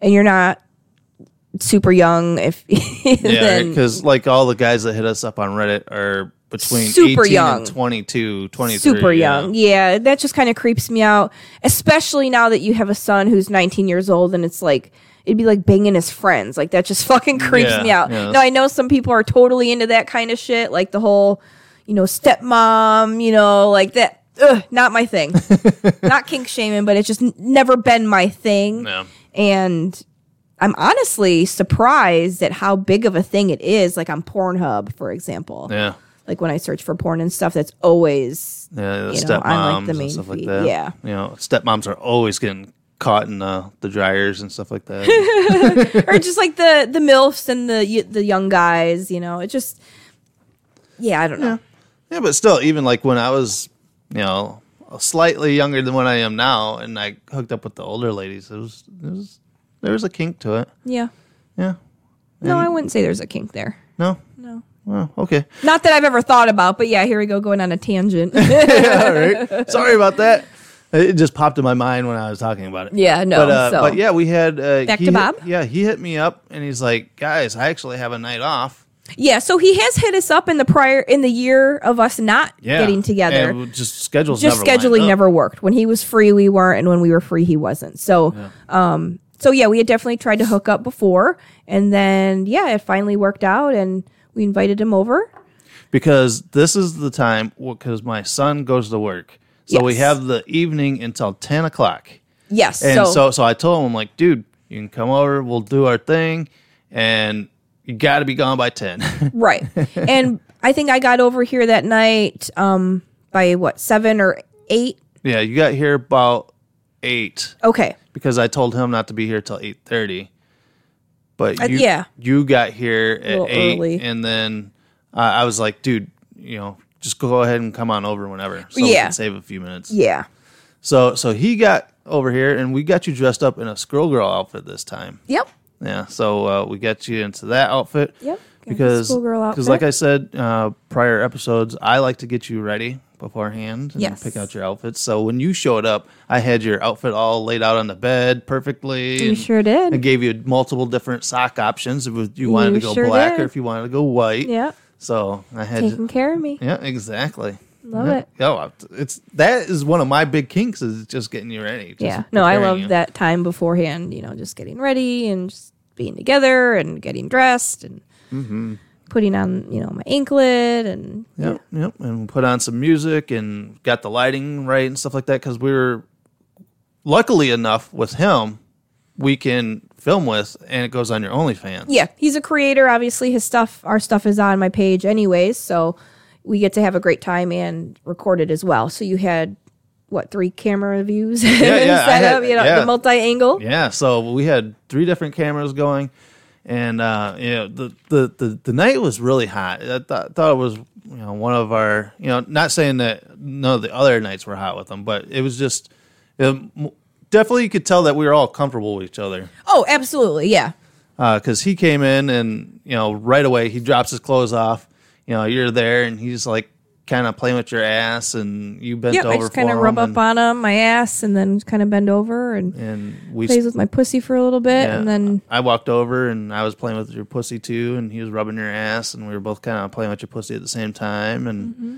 and you're not super young, if Yeah, then because like all the guys that hit us up on Reddit are between Super 18 young. and 22, 23. super yeah. young, yeah, that just kind of creeps me out. Especially now that you have a son who's 19 years old, and it's like. It'd be like banging his friends. Like, that just fucking creeps Yeah, me out. yeah. Now, I know some people are totally into that kind of shit, like the whole, you know, stepmom, you know, like that. Ugh, not my thing. not kink shaming, but it's just n- never been my thing. No. And I'm honestly surprised at how big of a thing it is, like on Pornhub, for example. Yeah. Like when I search for porn and stuff, that's always Yeah, the You know, on, stepmoms like, the main and stuff feed, like that. yeah. you know, stepmoms are always getting caught in uh, the dryers and stuff like that. or just like the the milfs and the y- the young guys. You know, it just yeah, I don't know. yeah, but still, even like when I was, you know, slightly younger than what I am now, and I hooked up with the older ladies, it was, it was there was a kink to it. Yeah, Yeah, no, I wouldn't say there's a kink there. no, no, well, okay, Not that I've ever thought about, but yeah, here we go going on a tangent. all right. Sorry about that. It just popped in my mind when I was talking about it. Yeah, no, But, uh, so- but yeah, we had uh, Back he to hit- Bob? yeah, he hit me up and he's like, "Guys, I actually have a night off." yeah, so he has hit us up in the prior in the year of us not getting together. And just schedules. just never lined scheduling up. never worked. When he was free, we weren't, and when we were free, he wasn't. So, um, so yeah, we had definitely tried to hook up before, and then yeah, it finally worked out, and we invited him over. because this is the time because my son goes to work, so we Yes. have the evening until ten o'clock. Yes, And so, so, so, I told him, I'm like, dude, you can come over, we'll do our thing, and you got to be gone by ten. right, and I think I got over here that night um, by what seven or eight. yeah, you got here about eight Okay, because I told him not to be here till eight thirty. But you, Uh, yeah. you got here at little eight, early. and then uh, I was like, dude, you know, just go ahead and come on over whenever, so we Yeah. can save a few minutes. yeah, So so he got over here, and we got you dressed up in a Squirrel Girl outfit this time. yep, Yeah, so uh, we got you into that outfit. Yep, got the Because schoolgirl because like outfit. I said uh, prior episodes, I like to get you ready beforehand and Yes. pick out your outfits. So when you showed up, I had your outfit all laid out on the bed perfectly. You sure did. I gave you multiple different sock options if you wanted You to go sure black did. or if you wanted to go white. yeah, So I had taking care of me. yeah, exactly. Love Yeah. it. Oh, it's that is one of my big kinks is just getting you ready. just Yeah, no, I preparing love you. that time beforehand. You know, just getting ready and just being together and getting dressed and Mm-hmm. putting on, you know, my anklet and Yep, yep. And we put on some music and got the lighting right and stuff like that because we were, luckily enough, with him, we can film with and it goes on your OnlyFans. yeah, he's a creator. Obviously, his stuff, our stuff is on my page, anyways. So we get to have a great time and record it as well. So you had what three camera views yeah, I set had- up, you know, yeah. the multi angle. Yeah, so we had three different cameras going, and uh, you know the, the the the night was really hot. I thought, thought it was you know one of our you know not saying that none of the other nights were hot with them, but it was just um, definitely you could tell that we were all comfortable with each other Oh, absolutely, yeah. because he came in and you know right away he drops his clothes off. You know you're there and he's like kind of playing with your ass and you bent Yep, over I just for kind of him rub and, up on him, my ass, and then kind of bend over and, and we plays with my pussy for a little bit, Yeah. and then I walked over and I was playing with your pussy too, and he was rubbing your ass, and we were both kind of playing with your pussy at the same time, and Mm-hmm.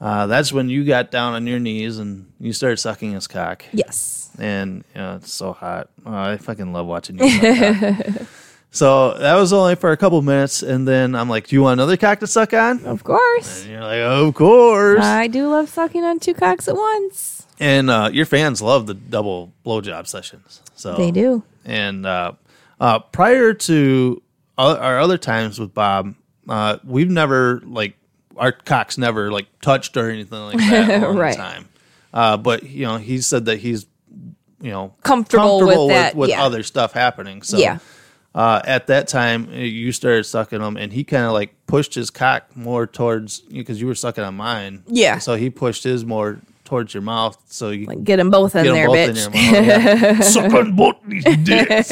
uh, that's when you got down on your knees and you started sucking his cock, yes, and you know, it's so hot. Oh, I fucking love watching you. Suck cock. So that was only for a couple minutes, and then I'm like, "Do you want another cock to suck on?" of course, And you're like, "Of course." I do love sucking on two cocks at once. and uh, your fans love the double blowjob sessions. So They do. and uh, uh, prior to o- our other times with Bob, uh, we've never like our cocks never like touched or anything like that over Right. the time. Uh, but you know, he said that he's you know Comfortable with that, with yeah. other stuff happening. So Yeah. uh, at that time, uh, you started sucking him, and he kind of like pushed his cock more towards because you were sucking on mine. Yeah. So he pushed his more towards your mouth, so you Like get them both in get 'em there, both bitch. in your mouth. Yeah. Suck on both these dicks.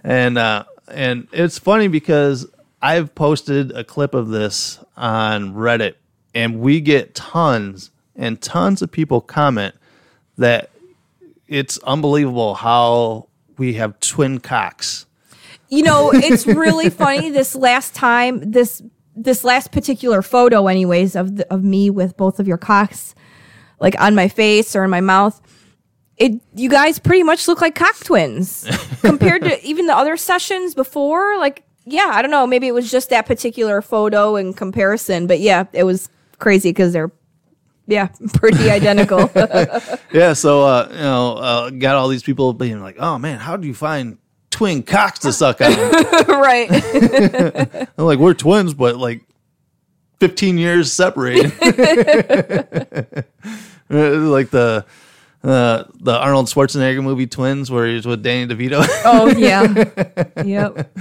and uh, and it's funny because I've posted a clip of this on Reddit, and we get tons and tons of people comment that it's unbelievable how we have twin cocks. you know it's really funny this last time this this last particular photo anyways of the, of me with both of your cocks like on my face or in my mouth it you guys pretty much look like cock twins compared to even the other sessions before like yeah i don't know maybe it was just that particular photo in comparison but yeah it was crazy because they're yeah pretty identical Yeah, so uh, you know, uh, got all these people being like, "Oh man, how do you find twin cocks to suck on?" right I'm like, we're twins, but like 15 years separated. Uh, like the uh, the Arnold Schwarzenegger movie Twins, where he's with Danny DeVito. oh yeah yep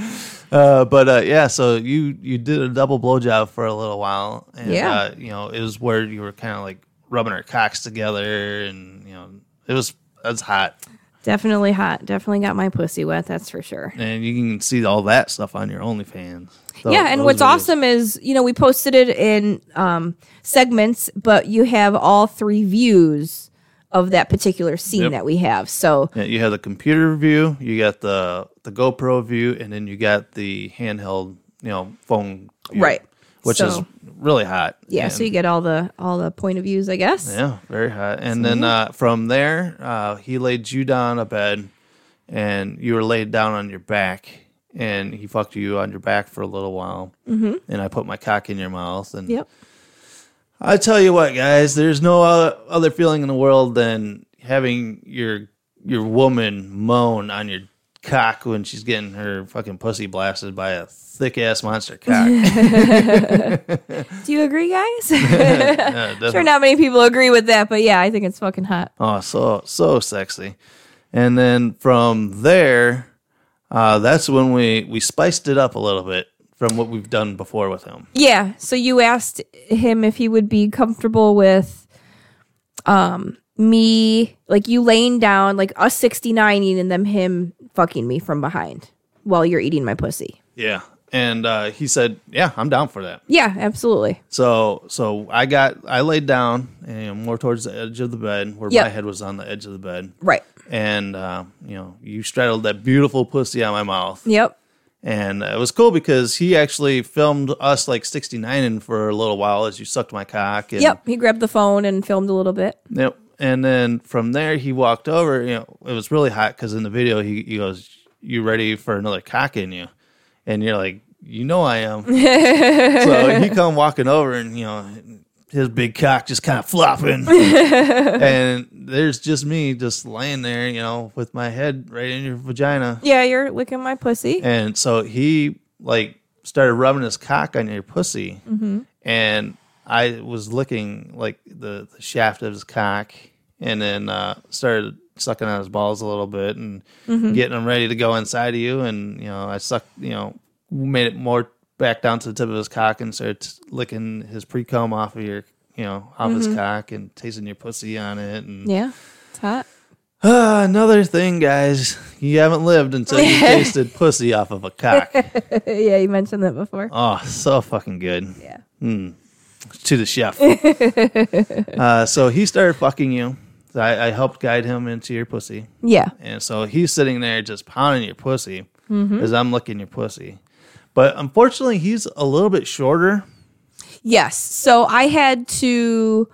uh, but uh, yeah, so you you did a double blowjob for a little while, and Yeah. uh, you know it was where you were kind of like rubbing our cocks together, and you know it was that's hot, definitely hot definitely got my pussy wet that's for sure and you can see all that stuff on your OnlyFans. Tho- yeah, and those what's videos. awesome is you know we posted it in um, segments, but you have all three views of that particular scene Yep. that we have. So Yeah, you have the computer view, you got the the GoPro view, and then you got the handheld, you know, phone view, Right. Which is So- really hot. yeah, And- so you get all the all the point of views, I guess. yeah, very hot. And then uh, from there, uh, he laid you down on a bed, and you were laid down on your back, and he fucked you on your back for a little while. Mm-hmm. And I put my cock in your mouth, and Yep. I tell you what, guys, there's no other, other feeling in the world than having your your woman moan on your cock when she's getting her fucking pussy blasted by a thick ass monster cock. Do you agree, guys? Yeah, definitely. sure, not many people agree with that, but yeah, I think it's fucking hot. Oh, so so sexy. And then from there, uh, that's when we we spiced it up a little bit from what we've done before with him. Yeah. So you asked him if he would be comfortable with um me like you laying down like us 69ing and then him fucking me from behind while you're eating my pussy. Yeah. And uh, he said, "Yeah, I'm down for that." Yeah, absolutely. So so I got I laid down and more towards the edge of the bed where Yep. my head was on the edge of the bed. Right. And uh, you know, you straddled that beautiful pussy on my mouth. Yep. And it was cool because he actually filmed us like 69 in for a little while as you sucked my cock. And, Yep. He grabbed the phone and filmed a little bit. Yep. And then from there, he walked over. You know, it was really hot because in the video, he, he goes, you ready for another cock in you? And you're like, you know I am. so he come walking over and you know his big cock just kind of flopping, and there's just me just laying there, you know, with my head right in your vagina. Yeah, you're licking my pussy. And so he like started rubbing his cock on your pussy, and I was licking like the, the shaft of his cock, and then uh, started sucking on his balls a little bit and getting him ready to go inside of you. And you know, I sucked, you know, made it more back down to the tip of his cock and started licking his pre cum off of your, you know, off his cock and tasting your pussy on it. And Yeah, it's hot. Ah, another thing, guys, you haven't lived until you tasted pussy off of a cock. Uh, yeah, you mentioned that before. Oh, so fucking good. Yeah. To the chef. uh, so he started fucking you. So I, I helped guide him into your pussy. Yeah. And so he's sitting there just pounding your pussy Mm-hmm. as I'm licking your pussy. But unfortunately, he's a little bit shorter. Yes. So I had to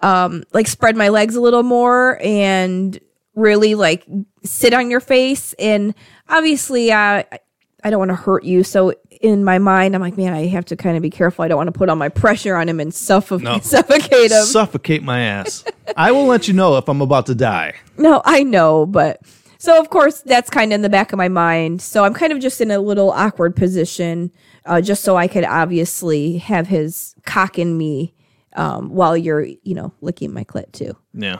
um like spread my legs a little more and really like sit on your face and obviously uh, I don't want to hurt you. So in my mind I'm like, man, I have to kind of be careful. I don't want to put all my pressure on him and suffo- suffocate him. Suffocate my ass. I will let you know if I'm about to die. No, I know, but so of course that's kind of in the back of my mind. So I'm kind of just in a little awkward position, uh, just so I could obviously have his cock in me um, while you're, you know, licking my clit too. Yeah.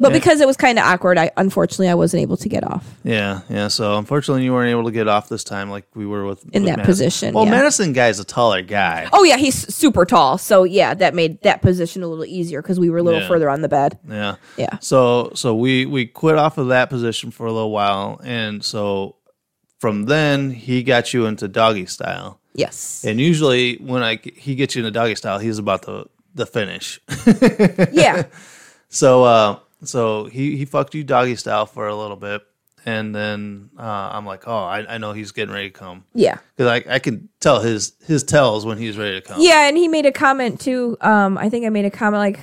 But because it was kind of awkward, I unfortunately I wasn't able to get off. Yeah, yeah. So unfortunately, you weren't able to get off this time, like we were with In with that Madison. position, Well, yeah. Madison guy's a taller guy. Oh yeah, he's super tall, so yeah, that made that position a little easier because we were a little Yeah. further on the bed. Yeah. Yeah. So so we we quit off of that position for a little while, and so from then he got you into doggy style. Yes. And usually when I he gets you into doggy style, he's about to the finish. yeah. So uh so he he fucked you doggy style for a little bit, and then uh, I'm like, oh, I, I know he's getting ready to come. Yeah. Because I, I can tell his his tells when he's ready to come. Yeah, and he made a comment too. Um, I think I made a comment like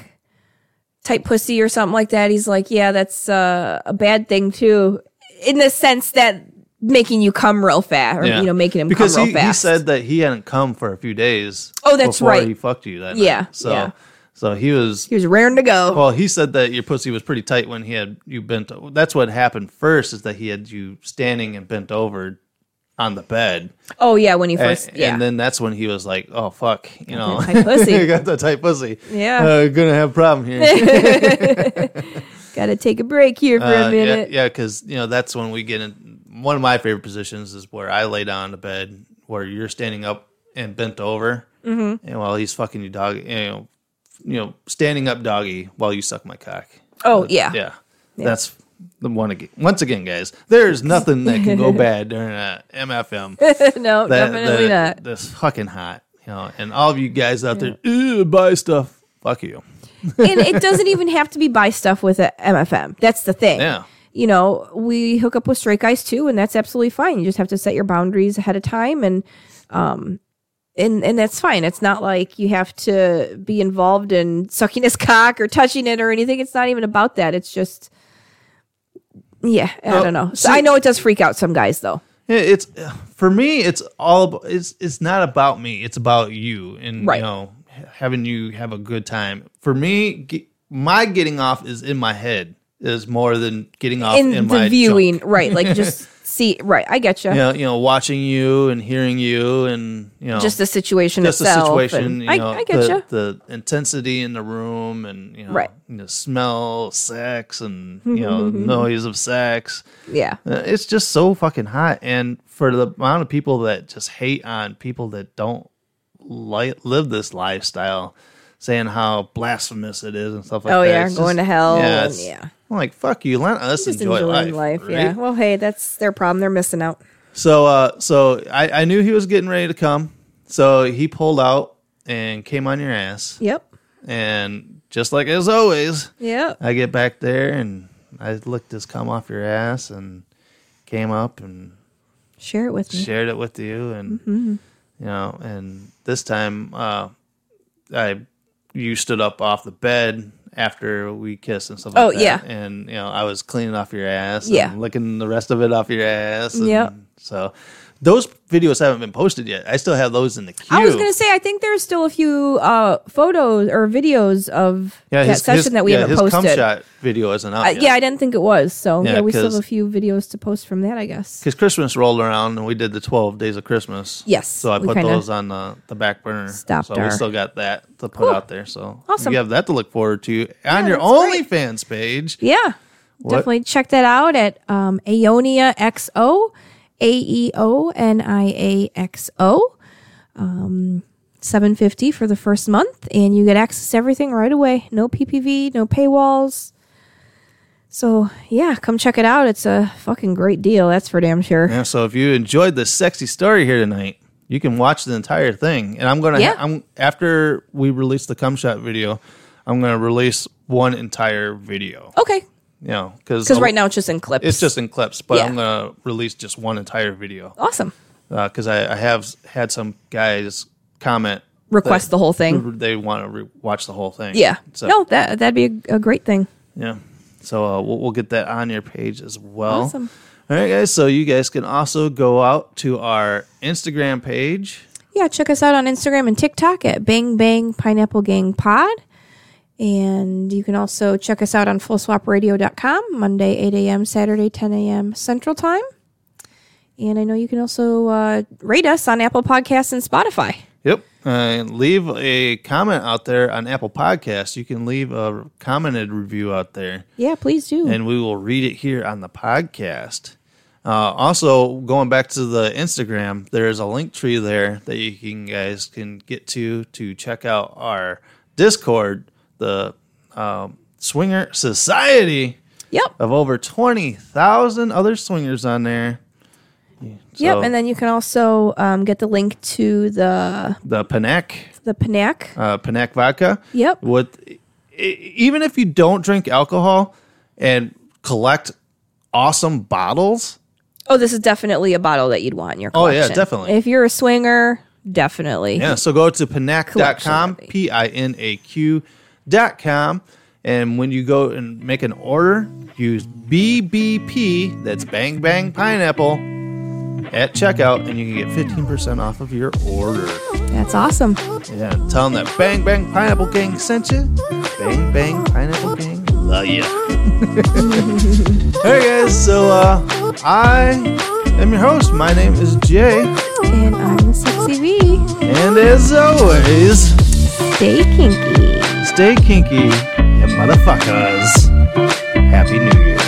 type pussy or something like that. He's like, yeah, that's uh, a bad thing too, in the sense that making you come real fast, or Yeah. you know, making him because come he, real fast. he said that he hadn't come for a few days. Oh, that's before right. He fucked you that Yeah, night. So yeah. so he was. he was raring to go. Well, he said that your pussy was pretty tight when he had you bent. That's what happened first is that he had you standing and bent over on the bed, oh yeah, when he and, first, yeah, and then that's when he was like, "Oh fuck," you know, Tight you pussy. got that tight pussy. Yeah. uh, gonna have a problem here. Gotta take a break here for Uh, a yeah, minute. yeah, because you know that's when we get in. One of my favorite positions is where I lay down on the bed, where you're standing up and bent over, Mm-hmm. and while he's fucking you dog, you know, you know, standing up doggy while you suck my cock. Oh yeah. Yeah, that's the one again. Once again, guys, there's nothing that can go bad during uh, a MFM. That- no, definitely that- not. That's fucking hot, you know. And all of you guys out there, "Ew, buy stuff. Fuck you. and it doesn't even have to be buy stuff with a MFM. That's the thing. Yeah. You know, we hook up with straight guys too, and that's absolutely fine. You just have to set your boundaries ahead of time, and um, and and that's fine. It's not like you have to be involved in sucking his cock or touching it or anything. It's not even about that. It's just, yeah, I don't know. So I know it does freak out some guys though. Yeah, it's uh, for me. It's all about, it's it's not about me. It's about you and Right. you know having you have a good time. For me, ge- my getting off is in my head is more than getting off Oh, in, In my the junk. viewing, right? Like just see, right? I get you. You know, you know, watching you and hearing you, and you know, Just the situation just the itself. situation. and- You I, know, I get you. the, the intensity in the room, and you know, Right. you know, smell, sex, and you know, noise of sex. Yeah. Uh, It's just so fucking hot, and for the amount of people that just hate on people that don't li- live this lifestyle, saying how blasphemous it is and stuff like Oh, that. yeah, it's going to hell and- it's- yeah. I'm like, fuck you, let us just enjoy life. enjoying life, right? yeah well hey that's their problem they're missing out So, uh, so I, I knew he was getting ready to come, so he pulled out and came on your ass, yep and just like as always, yep I get back there and I licked his cum off your ass and came up and share it with me shared it with you and Mm-hmm. you know and this time uh i you stood up off the bed after we kissed and stuff like Oh, that. yeah. And, you know, I was cleaning off your ass. and Yeah. licking the rest of it off your ass. and Yep. So those videos haven't been posted yet. I still have those in the queue. I was gonna say I think there's still a few uh, photos or videos of yeah, that his, session his- that we yeah, haven't his Cum posted. shot video isn't out Uh, yet. yeah, I didn't think it was. So Yeah, yeah, we still have 'cause- a few videos to post from that, I guess. because Christmas rolled around and we did the 12 days of Christmas. Yes, So I we put kinda those on the, the back burner. stopped so we our- still got that to put out there. So Awesome. you have that to look forward to on your that's OnlyFans page. Yeah. Definitely check that out at um, Aeonia XO, A E O N I A X O. Um, 750 for the first month and you get access to everything right away. No PPV, no paywalls. So, yeah, come check it out. It's a fucking great deal. That's for damn sure. Yeah, so if you enjoyed this sexy story here tonight, you can watch the entire thing. And I'm gonna Yeah. I'm after we release the cum shot video, I'm gonna release one entire video. Okay. You know, because Cuz right now it's just in clips. Oh, it's just in clips, but Yeah. I'm gonna release just one entire video. awesome. because Uh, I, I have s- had some guys comment Request that the whole thing. They want to re- watch the whole thing. Yeah. So, no, that that'd be a, a great thing. Yeah. So uh, we'll, we'll get that on your page as well. Awesome. All right, guys. So you guys can also go out to our Instagram page. yeah, check us out on Instagram and TikTok at Bang Bang Pineapple Gang Pod. And you can also check us out on FullSwapRadio.com, Monday, 8 a.m., Saturday, 10 a.m. Central Time. And I know you can also uh, rate us on Apple Podcasts and Spotify. Yep. Uh, leave a comment out there on Apple Podcasts. You can leave a commented review out there. Yeah, please do. and we will read it here on the podcast. Uh, also, going back to the Instagram, there is a link tree there that you can guys can get to to check out our Discord, the um, Swinger Society yep. of over twenty thousand other swingers on there. yep. So, And then you can also um, get the link to the the Panac, the Panac. uh, Panac vodka. Yep. With e- e- even if you don't drink alcohol and collect awesome bottles, Oh, this is definitely a bottle that you'd want in your Oh, yeah, collection. definitely. If you're a swinger, definitely. Yeah, so go to pinac.com, Collection. P I N A Q.com. And when you go and make an order, use BBP, that's Bang Bang Pineapple, at checkout, and you can get 15% off of your order. That's awesome. Yeah, tell them that Bang Bang Pineapple Gang sent you. Bang Bang Pineapple Gang, love ya. All right, guys, so uh, I am your host. My name is Jay. And I'm the Sexy V. And as always, Stay kinky. Stay kinky and motherfuckers. Happy New Year.